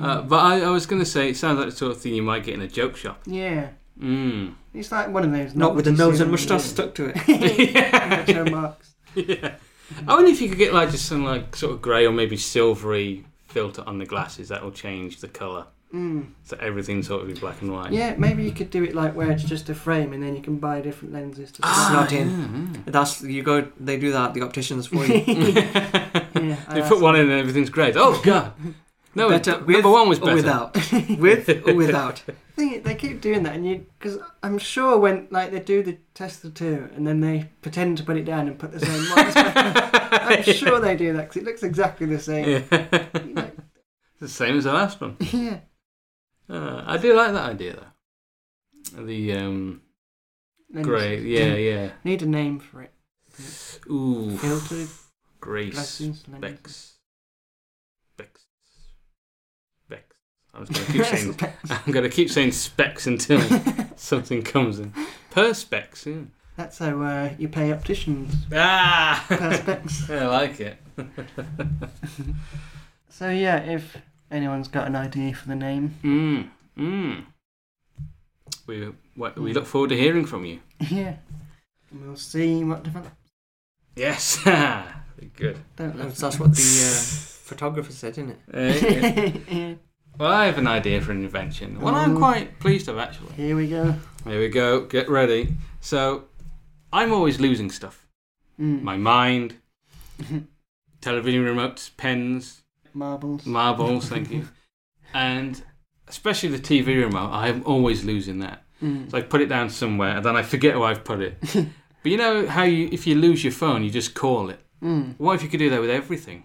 [SPEAKER 2] uh, but I, I was going to say, it sounds like the sort of thing you might get in a joke shop.
[SPEAKER 1] yeah,
[SPEAKER 2] Mm.
[SPEAKER 1] it's like one of those.
[SPEAKER 3] Not with the
[SPEAKER 1] novelty
[SPEAKER 3] nose and
[SPEAKER 1] serum,
[SPEAKER 3] moustache
[SPEAKER 2] yeah.
[SPEAKER 3] stuck to it.
[SPEAKER 1] *laughs*
[SPEAKER 2] *laughs*
[SPEAKER 1] yeah, show marks.
[SPEAKER 2] *laughs* Yeah. I wonder if you could get like just some like sort of grey or maybe silvery filter on the glasses that will change the colour.
[SPEAKER 1] Mm.
[SPEAKER 2] So everything sort of be black and white.
[SPEAKER 1] Yeah, maybe you could do it like where it's just a frame, and then you can buy different lenses to.
[SPEAKER 3] Ah, not in.
[SPEAKER 2] yeah,
[SPEAKER 3] That's you go. They do that. The opticians for *laughs*
[SPEAKER 2] *laughs*
[SPEAKER 3] you.
[SPEAKER 2] yeah.
[SPEAKER 1] yeah, I
[SPEAKER 2] they put
[SPEAKER 1] asked-
[SPEAKER 2] one in and everything's great. Oh god. No, uh,
[SPEAKER 3] Better
[SPEAKER 2] number
[SPEAKER 3] with
[SPEAKER 2] one was
[SPEAKER 3] or
[SPEAKER 2] better. *laughs*
[SPEAKER 3] *laughs* without. With or without.
[SPEAKER 1] thing they keep doing that, and you because I'm sure when like they do the test of two, and then they pretend to put it down and put the same marks. back.
[SPEAKER 2] *laughs*
[SPEAKER 1] I'm sure they do that because it looks exactly the same.
[SPEAKER 2] Yeah. *laughs*
[SPEAKER 1] You know,
[SPEAKER 2] It's the same as the last one.
[SPEAKER 1] yeah.
[SPEAKER 2] Uh, I do like that idea though. The um,
[SPEAKER 1] Lenses.
[SPEAKER 2] grey, yeah, yeah.
[SPEAKER 1] Need a name for it.
[SPEAKER 2] Ooh,
[SPEAKER 1] Filtered
[SPEAKER 2] grace.
[SPEAKER 1] glasses. lenses. *laughs*
[SPEAKER 2] Bex. Bex. Bex. I'm just gonna keep saying
[SPEAKER 1] *laughs*
[SPEAKER 2] I'm gonna keep saying specs until *laughs* something comes in. Perspex, yeah.
[SPEAKER 1] That's how uh, you pay opticians.
[SPEAKER 2] Ah *laughs*
[SPEAKER 1] Perspex.
[SPEAKER 2] I like it.
[SPEAKER 1] *laughs* So yeah, if anyone's got an idea for the name, *laughs*
[SPEAKER 2] Mm. Mm. We we we look forward to hearing from you.
[SPEAKER 1] yeah, we'll see what develops.
[SPEAKER 2] *laughs* Yes. Ah, Good.
[SPEAKER 1] Don't let's.
[SPEAKER 3] That's what the uh,
[SPEAKER 2] *laughs*
[SPEAKER 3] photographer said, isn't it?
[SPEAKER 2] Eh,
[SPEAKER 1] *laughs* yeah.
[SPEAKER 2] well, I have an idea for an invention. One I'm
[SPEAKER 1] Oh.
[SPEAKER 2] quite pleased of actually.
[SPEAKER 1] Here we go.
[SPEAKER 2] Here we go. Get ready. So, I'm always losing stuff.
[SPEAKER 1] Mm.
[SPEAKER 2] My mind, television remotes, pens,
[SPEAKER 1] *laughs* Marbles.
[SPEAKER 2] marbles, thank you. And especially the TV remote, I'm always losing that.
[SPEAKER 1] Mm.
[SPEAKER 2] So I put it down somewhere and then I forget where I've put it. But you know how you, if you lose your phone, you just call it?
[SPEAKER 1] *laughs* Mm.
[SPEAKER 2] What if you could do that with everything?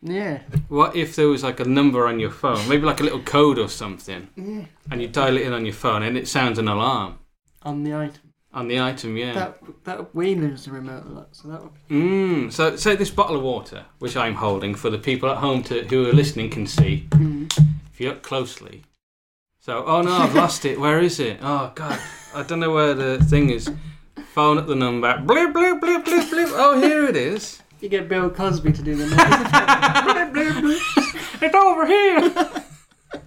[SPEAKER 1] Yeah.
[SPEAKER 2] What if there was like a number on your phone, maybe like a little code or something,
[SPEAKER 1] Yeah.
[SPEAKER 2] and you dial it in on your phone and it sounds an alarm
[SPEAKER 1] On the item.
[SPEAKER 2] on the item, yeah.
[SPEAKER 1] That that we lose the remote a lot, so that would.
[SPEAKER 2] Mm, so, so this bottle of water, which I'm holding for the people at home to, who are listening, can see
[SPEAKER 1] Be, mm.
[SPEAKER 2] if you look closely. So, oh no, I've lost it. Where is it? Oh god, I don't know where the thing is. Phone up the number. Blip blip blip blip blip. Oh, here it is.
[SPEAKER 1] You get Bill Cosby to do the
[SPEAKER 2] *laughs*
[SPEAKER 1] noise.
[SPEAKER 2] It's over here.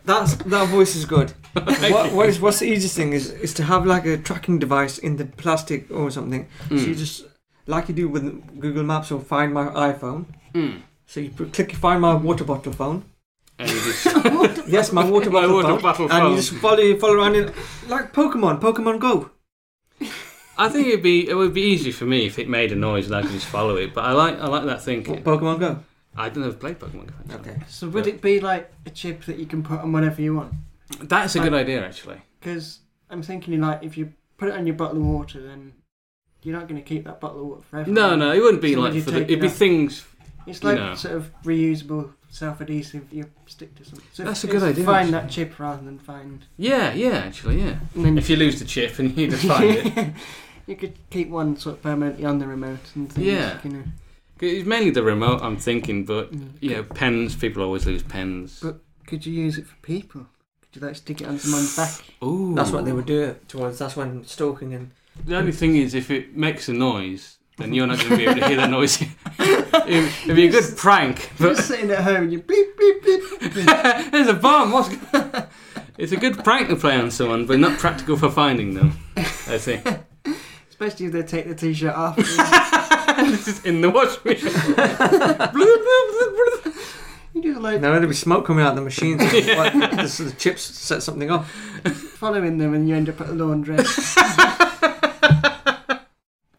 [SPEAKER 3] That's that voice is good. *laughs* what, what is what's the easiest thing is is to have like a tracking device in the plastic or something. So you
[SPEAKER 2] Mm.
[SPEAKER 3] just like you do with Google Maps or Find My iPhone.
[SPEAKER 2] Mm.
[SPEAKER 3] So you put- click Find My water bottle phone.
[SPEAKER 2] And you just
[SPEAKER 3] Yes, my *laughs* water
[SPEAKER 2] My
[SPEAKER 3] bottle
[SPEAKER 2] water
[SPEAKER 3] phone.
[SPEAKER 2] bottle
[SPEAKER 3] And
[SPEAKER 2] phone.
[SPEAKER 3] you just follow you follow around in like Pokemon, Pokemon Go.
[SPEAKER 2] I think it'd be it would be easy for me if it made a noise and I could just follow it. But I like I like that
[SPEAKER 3] What,
[SPEAKER 2] thinking.
[SPEAKER 3] Pokemon Go.
[SPEAKER 2] I don't know if played Pokemon. Go, actually.
[SPEAKER 3] Okay.
[SPEAKER 1] so would it be like a chip that you can put on whatever you want?
[SPEAKER 2] That's a good idea actually.
[SPEAKER 1] Because I'm thinking, like, if you put it on your bottle of water, then you're not going to keep that bottle of water forever.
[SPEAKER 2] No, no, it wouldn't be
[SPEAKER 1] So would
[SPEAKER 2] like
[SPEAKER 1] you
[SPEAKER 2] for
[SPEAKER 1] take
[SPEAKER 2] the, it'd
[SPEAKER 1] it
[SPEAKER 2] be
[SPEAKER 1] out?
[SPEAKER 2] things
[SPEAKER 1] It's like
[SPEAKER 2] No.
[SPEAKER 1] sort of reusable, self-adhesive. You stick to something. So
[SPEAKER 2] That's a
[SPEAKER 1] it's
[SPEAKER 2] good idea,
[SPEAKER 1] Find that chip rather than find.
[SPEAKER 2] Yeah, yeah, actually, yeah.
[SPEAKER 1] And then
[SPEAKER 2] *laughs* If you lose the chip and you need to find it,
[SPEAKER 1] *laughs* you could keep one sort of permanently on the remote and things.
[SPEAKER 2] Yeah.
[SPEAKER 1] You know.
[SPEAKER 2] 'Cause *laughs* it's mainly the remote I'm thinking, but
[SPEAKER 1] Mm.
[SPEAKER 2] you know, pens. People always lose pens.
[SPEAKER 1] But- Could you use it for people? Could you like stick it on someone's
[SPEAKER 2] *laughs*
[SPEAKER 1] back?
[SPEAKER 2] Ooh,
[SPEAKER 3] That's what they would do it towards. That's when stalking and
[SPEAKER 2] The only thing is, if it makes a noise, then you're not going to be able to hear the *laughs* noise. It'd it'd be a good prank,
[SPEAKER 1] You're
[SPEAKER 2] but *laughs*
[SPEAKER 1] just sitting at home and you beep beep beep.
[SPEAKER 2] there's a bomb. What's... *laughs* It's a good prank to play on someone, but not practical for finding them. I think.
[SPEAKER 1] Especially if they take the t-shirt off.
[SPEAKER 2] *laughs*
[SPEAKER 1] *laughs*
[SPEAKER 2] this is in the wash machine.
[SPEAKER 3] *laughs*
[SPEAKER 1] you just like
[SPEAKER 3] no, there'd be smoke coming out of the machines.
[SPEAKER 2] *laughs* Yeah.
[SPEAKER 3] Like, this- the chips set something off.
[SPEAKER 1] following them and you end up at a laundress.
[SPEAKER 2] *laughs*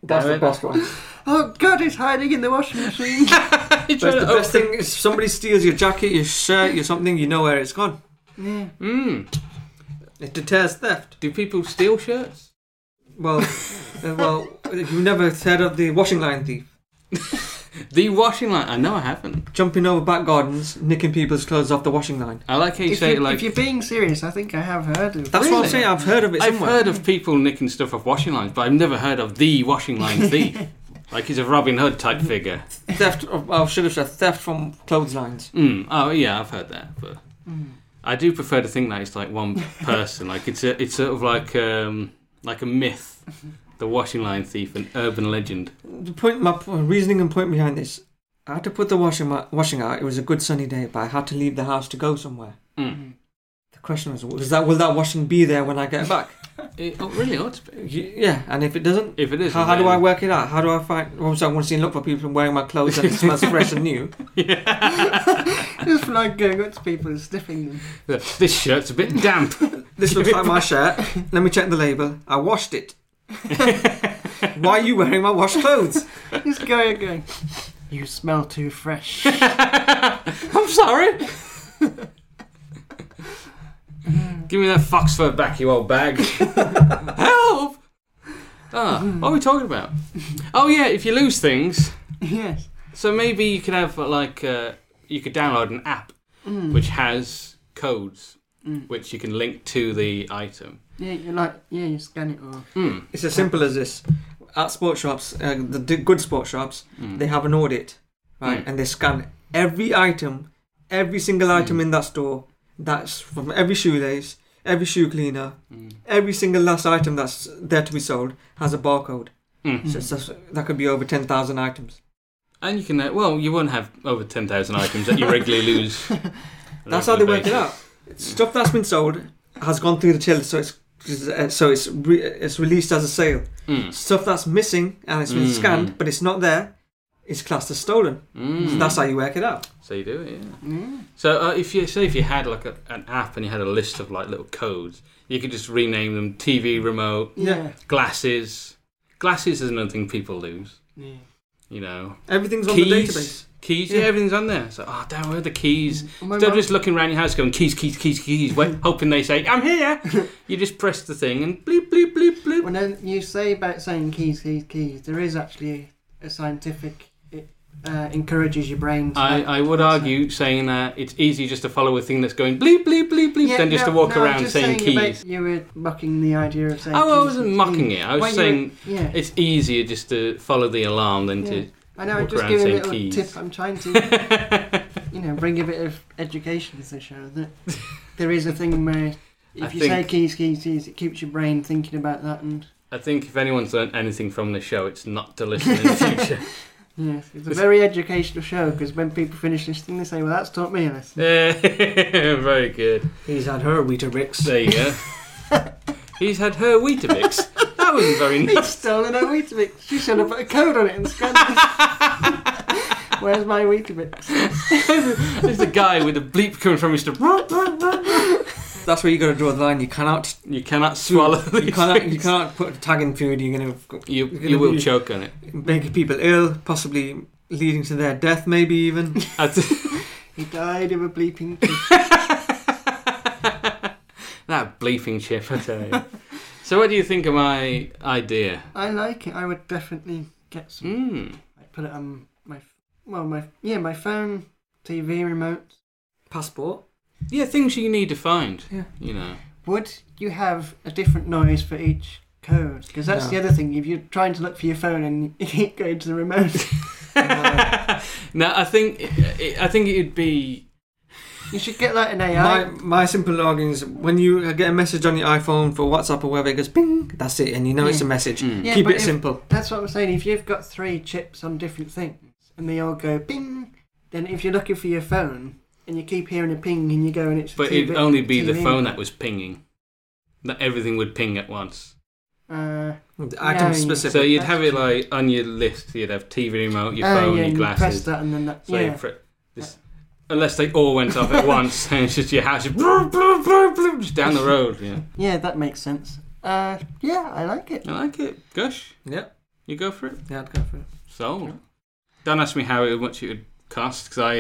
[SPEAKER 3] That's
[SPEAKER 2] Damn
[SPEAKER 3] the
[SPEAKER 2] it.
[SPEAKER 3] best one.
[SPEAKER 1] *laughs* oh God, it's hiding in the washing
[SPEAKER 2] *laughs*
[SPEAKER 1] machine.
[SPEAKER 2] You try
[SPEAKER 3] That's the
[SPEAKER 2] to
[SPEAKER 3] best
[SPEAKER 2] open-
[SPEAKER 3] thing. If somebody steals your jacket, your shirt, your something, you know where it's gone.
[SPEAKER 1] yeah.
[SPEAKER 2] Mm.
[SPEAKER 3] It deters theft.
[SPEAKER 2] Do people steal shirts? *laughs*
[SPEAKER 3] Well, uh, well, you've never heard of the washing line thief
[SPEAKER 2] The washing line. I know I haven't.
[SPEAKER 3] jumping over back gardens, nicking people's clothes off the washing line.
[SPEAKER 2] I like how you
[SPEAKER 1] If,
[SPEAKER 2] say
[SPEAKER 1] you,
[SPEAKER 2] it like.
[SPEAKER 1] if you're being serious, I think I have heard of.
[SPEAKER 3] That's what I'm
[SPEAKER 2] Really?
[SPEAKER 3] saying. I've heard of it
[SPEAKER 2] I've
[SPEAKER 3] somewhere.
[SPEAKER 2] heard of people nicking stuff off washing lines, but I've never heard of the washing line
[SPEAKER 3] *laughs*
[SPEAKER 2] thief. like he's a Robin Hood type figure.
[SPEAKER 3] theft. *laughs* Of, I should have said theft from clotheslines.
[SPEAKER 2] Mm. Oh yeah, I've heard that, but
[SPEAKER 1] Mm.
[SPEAKER 2] I do prefer to think that it's like
[SPEAKER 3] *laughs*
[SPEAKER 2] one person. like it's a, it's sort of like um, like a myth. The washing line thief, an urban legend.
[SPEAKER 3] The point, my p- reasoning and point behind this. I had to put the washing ma- washing out. It was a good sunny day, but I had to leave the house to go somewhere.
[SPEAKER 2] Mm.
[SPEAKER 3] The question was, was that will that washing be there when I get back?
[SPEAKER 2] It oh, really ought to be.
[SPEAKER 3] Y- yeah, and if it doesn't,
[SPEAKER 2] If it is,
[SPEAKER 3] How, how do
[SPEAKER 2] then- *laughs*
[SPEAKER 3] I work it out? How do I find? Obviously, I want to see and look for people wearing my clothes and it smells fresh and new.
[SPEAKER 1] *laughs* Just like going up to people and sniffing them.
[SPEAKER 2] *laughs* This shirt's a bit
[SPEAKER 3] *laughs*
[SPEAKER 2] damp.
[SPEAKER 3] *laughs*
[SPEAKER 2] *laughs*
[SPEAKER 3] This looks like my shirt. Let me check the label. I washed it. Why are you wearing my washed clothes? *laughs*
[SPEAKER 1] Just going and going. You smell too
[SPEAKER 2] *laughs*
[SPEAKER 1] fresh.
[SPEAKER 2] I'm sorry. Give me that fox fur back, you old
[SPEAKER 3] *laughs*
[SPEAKER 2] bag. Help! Ah,
[SPEAKER 3] Hmm.
[SPEAKER 2] what are we talking about? Oh yeah, if you lose things,
[SPEAKER 1] yes.
[SPEAKER 2] so maybe you could have like uh, you could download an app
[SPEAKER 1] Mm.
[SPEAKER 2] which has codes
[SPEAKER 1] Mm.
[SPEAKER 2] which you can link to the item.
[SPEAKER 1] Yeah, you like yeah, you scan it all.
[SPEAKER 2] Hmm.
[SPEAKER 3] It's as simple as this. At sports shops, uh, the d- good sports shops,
[SPEAKER 2] Mm.
[SPEAKER 3] they have an audit, right?
[SPEAKER 2] Mm.
[SPEAKER 3] And they scan every item, every single item
[SPEAKER 2] Mm.
[SPEAKER 3] in that store. That's from every shoelace, every shoe cleaner,
[SPEAKER 2] Mm.
[SPEAKER 3] every single last item that's there to be sold has a barcode.
[SPEAKER 2] Mm.
[SPEAKER 3] So, so- so that could be over ten thousand items.
[SPEAKER 2] And you can uh, well, you won't have over ten thousand items that you
[SPEAKER 1] *laughs*
[SPEAKER 2] regularly lose. on a
[SPEAKER 3] *laughs* That's how they
[SPEAKER 2] regular
[SPEAKER 3] work it
[SPEAKER 2] basis.
[SPEAKER 3] out. Stuff that's been sold has gone through the till, so it's so it's re- it's released as a sale.
[SPEAKER 2] Mm.
[SPEAKER 3] Stuff that's missing and it's been
[SPEAKER 2] Mhm.
[SPEAKER 3] scanned, but it's not there, it's classed as stolen. So
[SPEAKER 2] Mm.
[SPEAKER 3] that's how you work it out.
[SPEAKER 2] So you do it, yeah.
[SPEAKER 1] Yeah.
[SPEAKER 2] So uh, if you say if you had like a, an app and you had a list of like little codes, you could just rename them TV remote,
[SPEAKER 1] Yeah.
[SPEAKER 2] glasses. Glasses is another thing people lose.
[SPEAKER 1] Yeah.
[SPEAKER 2] You know,
[SPEAKER 3] Everything's on
[SPEAKER 2] Keys.
[SPEAKER 3] the database.
[SPEAKER 2] keys. Yeah,
[SPEAKER 3] Yeah.
[SPEAKER 2] everything's on there. So oh, damn, where are the
[SPEAKER 1] Mm.
[SPEAKER 2] keys?
[SPEAKER 1] My
[SPEAKER 2] Instead of
[SPEAKER 1] mum-
[SPEAKER 2] just looking around your house going keys, keys, keys, keys, wait,
[SPEAKER 1] *laughs*
[SPEAKER 2] hoping they say I'm here. you just press the thing and bleep, bleep, bleep, bleep.
[SPEAKER 1] When then you say about saying keys, keys, keys, there is actually a scientific. It uh, encourages your brain. To
[SPEAKER 2] I,
[SPEAKER 1] like-
[SPEAKER 2] I would argue saying that it's easier just to follow a thing that's going bleep, bleep, bleep, bleep,
[SPEAKER 1] Yeah,
[SPEAKER 2] than just
[SPEAKER 1] no,
[SPEAKER 2] to walk
[SPEAKER 1] no, I was
[SPEAKER 2] around
[SPEAKER 1] just
[SPEAKER 2] saying,
[SPEAKER 1] about-
[SPEAKER 2] keys.
[SPEAKER 1] You were mocking the idea of saying.
[SPEAKER 2] Oh, I
[SPEAKER 1] keys,
[SPEAKER 2] wasn't
[SPEAKER 1] keys,
[SPEAKER 2] mocking
[SPEAKER 1] keys.
[SPEAKER 2] it. I was
[SPEAKER 1] When you were-
[SPEAKER 2] saying
[SPEAKER 1] Yeah.
[SPEAKER 2] It's easier just to follow the alarm than to.
[SPEAKER 1] I know. I'm
[SPEAKER 2] walk
[SPEAKER 1] just
[SPEAKER 2] around
[SPEAKER 1] giving a
[SPEAKER 2] saying
[SPEAKER 1] little
[SPEAKER 2] keys.
[SPEAKER 1] tip. I'm trying to,
[SPEAKER 2] *laughs*
[SPEAKER 1] you know, bring a bit of education to the show that there is a thing where if
[SPEAKER 2] I
[SPEAKER 1] you
[SPEAKER 2] think-
[SPEAKER 1] say keys, keys, keys, it keeps your brain thinking about that, and
[SPEAKER 2] I think if anyone's learned anything from this show, it's not to listen in the
[SPEAKER 3] *laughs*
[SPEAKER 2] future. *laughs*
[SPEAKER 1] yes, it's a
[SPEAKER 2] It's-
[SPEAKER 1] very educational show because when people finish listening, they say, "Well, that's taught me a lesson."
[SPEAKER 2] Eh, Very good.
[SPEAKER 3] He's had her Weetabix.
[SPEAKER 2] There you
[SPEAKER 3] *laughs*
[SPEAKER 2] go. He's had her Weetabix. That wasn't very
[SPEAKER 1] *laughs* He's
[SPEAKER 2] nice.
[SPEAKER 1] stolen her Weetabix. She should have put a code on it and scanned it. Where's my Weetabix?
[SPEAKER 2] *laughs* There's a guy with a bleep coming from Mr.
[SPEAKER 3] That's where you got to draw the line. You cannot,
[SPEAKER 2] You cannot swallow these
[SPEAKER 3] *laughs* you cannot,
[SPEAKER 2] things.
[SPEAKER 3] you cannot put a tag in food. You're going to
[SPEAKER 2] You,
[SPEAKER 3] you're
[SPEAKER 2] you
[SPEAKER 3] gonna
[SPEAKER 2] will
[SPEAKER 3] be-
[SPEAKER 2] choke on it.
[SPEAKER 3] make people ill, possibly leading to their death, maybe even.
[SPEAKER 2] I th-
[SPEAKER 1] He died of a bleeping. tick.
[SPEAKER 2] *laughs* that bleeping chip, I tell you. So, what do you think of my idea?
[SPEAKER 1] I like it. I would definitely get some.
[SPEAKER 2] Mm.
[SPEAKER 1] I'd put it on my well, my yeah, my phone, TV remote.
[SPEAKER 3] Passport.
[SPEAKER 2] Yeah, things you need to find.
[SPEAKER 3] Yeah.
[SPEAKER 2] You know. *laughs*
[SPEAKER 1] Would you have a different noise for each code? Because that's
[SPEAKER 3] No.
[SPEAKER 1] the other thing. If you're trying to look for your phone and *laughs* you keep going to the remote,
[SPEAKER 2] no, I think it, I think it'd be
[SPEAKER 1] you should get like an
[SPEAKER 3] My
[SPEAKER 1] AI.
[SPEAKER 3] my simple login is when you get a message on your iPhone for WhatsApp or wherever it goes ping. That's it, and you know it's a
[SPEAKER 1] Yeah.
[SPEAKER 3] message.
[SPEAKER 2] Mm.
[SPEAKER 1] Yeah,
[SPEAKER 3] Keep
[SPEAKER 1] but
[SPEAKER 3] it
[SPEAKER 1] if-
[SPEAKER 3] simple.
[SPEAKER 1] That's what I'm saying. If you've got three chips on different things and they all go ping, then if you're looking for your phone and you keep hearing a ping and you go and it's
[SPEAKER 2] but
[SPEAKER 1] TV,
[SPEAKER 2] it'd only be the
[SPEAKER 1] TV.
[SPEAKER 2] phone that was pinging. That everything would ping at once.
[SPEAKER 1] Uh,
[SPEAKER 3] Item
[SPEAKER 1] yeah.
[SPEAKER 3] specific.
[SPEAKER 2] So you'd have it
[SPEAKER 1] That's-
[SPEAKER 2] like on your list. You'd have TV remote, your
[SPEAKER 1] oh,
[SPEAKER 2] phone,
[SPEAKER 1] yeah,
[SPEAKER 2] your
[SPEAKER 1] and you press
[SPEAKER 2] glasses.
[SPEAKER 1] that and then that.
[SPEAKER 2] So
[SPEAKER 1] yeah.
[SPEAKER 2] you pre- this, unless they all went off at once, *laughs* and it's just your house just, bloop, bloop, bloop, bloop, just down the road. Yeah,
[SPEAKER 1] yeah, that makes sense. Uh, yeah, I like it.
[SPEAKER 2] I like it. Gosh,
[SPEAKER 3] Yeah,
[SPEAKER 2] you go for it.
[SPEAKER 3] yeah, I'd go for it.
[SPEAKER 2] Sold.
[SPEAKER 1] Yeah.
[SPEAKER 2] Don't ask me how it- much it would cost because I,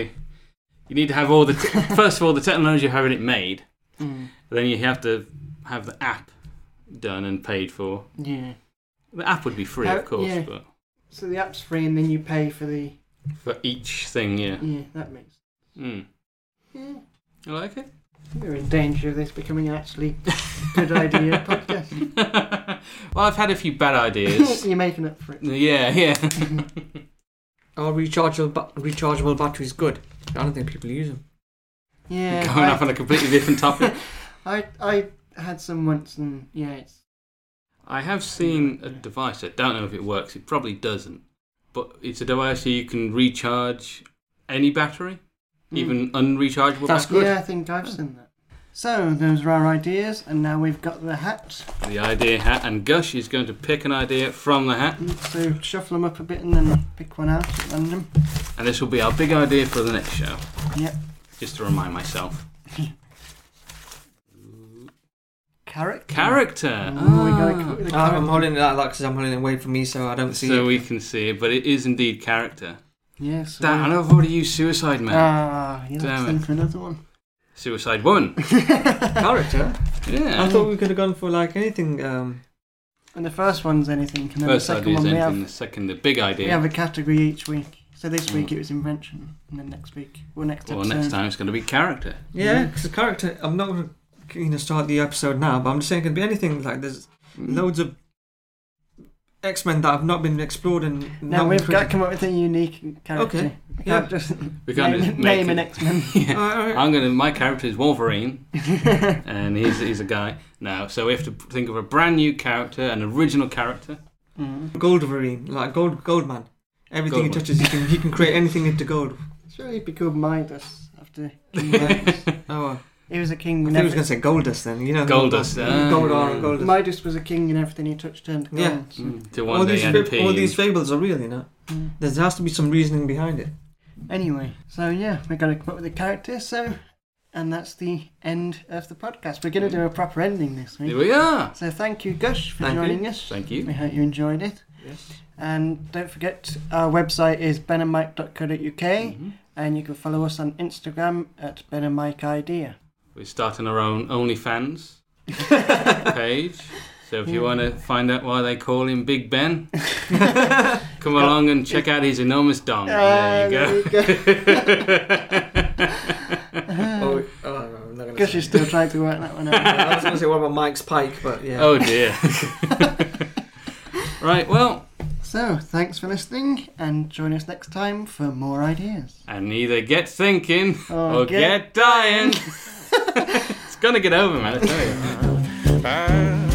[SPEAKER 2] you need to have all the te-
[SPEAKER 1] *laughs*
[SPEAKER 2] first of all the technology of having it made.
[SPEAKER 1] Mm,
[SPEAKER 2] Then you have to have the app done and paid for.
[SPEAKER 1] yeah.
[SPEAKER 2] The app would be free,
[SPEAKER 1] Uh,
[SPEAKER 2] of course,
[SPEAKER 1] yeah.
[SPEAKER 2] but
[SPEAKER 1] So the app's free and then you pay for the.
[SPEAKER 2] for each thing, yeah.
[SPEAKER 1] Yeah, that makes.
[SPEAKER 2] Mm.
[SPEAKER 1] Yeah.
[SPEAKER 2] You like it?
[SPEAKER 1] We're in danger of this becoming actually *laughs* good idea podcast.
[SPEAKER 2] *laughs* well, I've had a few
[SPEAKER 1] *coughs*
[SPEAKER 2] bad
[SPEAKER 1] *laughs*
[SPEAKER 2] ideas.
[SPEAKER 1] You're making up for it.
[SPEAKER 2] *laughs* yeah, yeah.
[SPEAKER 3] Are rechargeable ba- rechargeable batteries good? I don't think people use them.
[SPEAKER 1] Yeah.
[SPEAKER 2] *laughs* Going off on a completely different topic.
[SPEAKER 1] *laughs* I I had some once and yeah, it's
[SPEAKER 2] I have seen a device. I don't know if it works. It probably doesn't. But it's a device where you can recharge any battery,
[SPEAKER 1] Mm.
[SPEAKER 2] even Oh. unrechargeable.
[SPEAKER 3] That's good.
[SPEAKER 1] Yeah, I think I've seen that. So those are our ideas, and now we've got the hat.
[SPEAKER 2] battery. The idea hat, and Gush is going to pick an idea from the hat,
[SPEAKER 1] So shuffle them up a bit and then pick one out at random.
[SPEAKER 2] and this will be our big idea for the next show.
[SPEAKER 1] Yep.
[SPEAKER 2] Just to remind myself.
[SPEAKER 1] Carrot.
[SPEAKER 2] Character.
[SPEAKER 1] Oh, we gotta
[SPEAKER 2] Ah.
[SPEAKER 1] cook the
[SPEAKER 3] I-
[SPEAKER 1] carrot.
[SPEAKER 3] I'm holding it like that because I'm holding it away from me, so I don't see
[SPEAKER 2] so
[SPEAKER 3] it.
[SPEAKER 2] we can see it, but it is indeed character.
[SPEAKER 1] Yes.
[SPEAKER 2] Damn, and I've already used Suicide Man.
[SPEAKER 1] Ah, you
[SPEAKER 2] Damn
[SPEAKER 1] have
[SPEAKER 2] it.
[SPEAKER 1] to think of another one. *laughs*
[SPEAKER 2] Suicide Woman.
[SPEAKER 3] Character.
[SPEAKER 2] Yeah.
[SPEAKER 3] I thought we could have gone for like anything. Um,
[SPEAKER 1] And the first one's anything, and then
[SPEAKER 2] First
[SPEAKER 1] the second
[SPEAKER 2] idea is
[SPEAKER 1] one we have
[SPEAKER 2] anything, the second, the big idea.
[SPEAKER 1] We have a category each week. So this week
[SPEAKER 2] Mm.
[SPEAKER 1] it was invention, and then next week, well, next
[SPEAKER 2] Well,
[SPEAKER 1] episode.
[SPEAKER 2] next time it's going to be character.
[SPEAKER 3] yeah, because character. I'm not going to you know start the episode now, but I'm just saying it could be anything. Like there's
[SPEAKER 1] Mm.
[SPEAKER 3] loads of X Men that have not been explored and not
[SPEAKER 1] Now
[SPEAKER 3] been
[SPEAKER 1] we've got to
[SPEAKER 3] created.
[SPEAKER 1] come up with a unique character.
[SPEAKER 3] Okay,
[SPEAKER 1] We
[SPEAKER 3] yeah.
[SPEAKER 1] can't
[SPEAKER 3] *laughs*
[SPEAKER 1] just
[SPEAKER 2] We can't
[SPEAKER 1] name,
[SPEAKER 2] just make
[SPEAKER 1] name an
[SPEAKER 2] it.
[SPEAKER 1] X Men.
[SPEAKER 2] *laughs* Yeah.
[SPEAKER 3] All right, all right.
[SPEAKER 2] I'm gonna. My character is Wolverine, and he's
[SPEAKER 1] *laughs*
[SPEAKER 2] he's a guy now. So we have to think of a brand new character, an original character.
[SPEAKER 1] Mm.
[SPEAKER 3] Goldverine, like gold, Goldman. Everything
[SPEAKER 2] Goldman.
[SPEAKER 3] he touches, he can he can create anything into
[SPEAKER 1] *laughs*
[SPEAKER 3] gold.
[SPEAKER 1] Surely he'd be called Midas
[SPEAKER 3] *laughs*
[SPEAKER 1] after. King Midas.
[SPEAKER 2] Goldust.
[SPEAKER 3] Oh, well.
[SPEAKER 1] he was a
[SPEAKER 3] I
[SPEAKER 1] king.
[SPEAKER 3] think
[SPEAKER 1] In
[SPEAKER 3] he was
[SPEAKER 1] every-
[SPEAKER 3] going to say Goldust then. You know,
[SPEAKER 2] ah.
[SPEAKER 3] Goldar and Goldust.
[SPEAKER 1] Midas was a king, and everything he touched turned to gold.
[SPEAKER 3] Yeah.
[SPEAKER 1] so-
[SPEAKER 2] Mm, To one
[SPEAKER 3] all
[SPEAKER 2] day
[SPEAKER 3] these,
[SPEAKER 2] end
[SPEAKER 3] fa- all
[SPEAKER 2] up
[SPEAKER 3] these
[SPEAKER 2] being-
[SPEAKER 3] fables are real, you know.
[SPEAKER 1] Mm.
[SPEAKER 3] There has to be some reasoning behind it.
[SPEAKER 1] Anyway, so yeah, we're going to come up with a character. So, and that's the end of the podcast. We're going to do a proper ending this
[SPEAKER 2] Here
[SPEAKER 1] week.
[SPEAKER 2] we are.
[SPEAKER 1] So thank you, Gush, for
[SPEAKER 3] Mm. Thank you.
[SPEAKER 1] joining us.
[SPEAKER 2] Thank
[SPEAKER 1] We
[SPEAKER 2] you.
[SPEAKER 1] hope you enjoyed it. And don't forget, our website is benandmike.co.uk,
[SPEAKER 2] Mhm.
[SPEAKER 1] and you can follow us on Instagram at benandmikeidea.
[SPEAKER 2] We're starting our own OnlyFans page. So if you
[SPEAKER 1] Yeah.
[SPEAKER 2] want to find out why they call him Big Ben, come along and check out his enormous dong.
[SPEAKER 1] Ah,
[SPEAKER 2] there you go. *laughs*
[SPEAKER 3] Oh, oh, I'm not going
[SPEAKER 1] Uh, Guess you're still trying to work that one out.
[SPEAKER 3] I was going to say what about Mike's Pike, but yeah.
[SPEAKER 2] Oh dear. *laughs* right, well,
[SPEAKER 1] So, thanks for listening, and join us next time for more ideas.
[SPEAKER 2] and either get thinking
[SPEAKER 1] Or
[SPEAKER 2] or, get, dying. it's gonna get over, man. I tell you.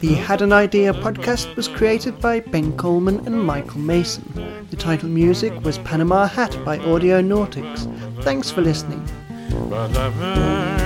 [SPEAKER 1] The Had an Idea podcast was created by Ben Coleman and Michael Mason. The title music was Panama Hat by Audio Nautics. Thanks for listening.
[SPEAKER 4] Ba-da-ba.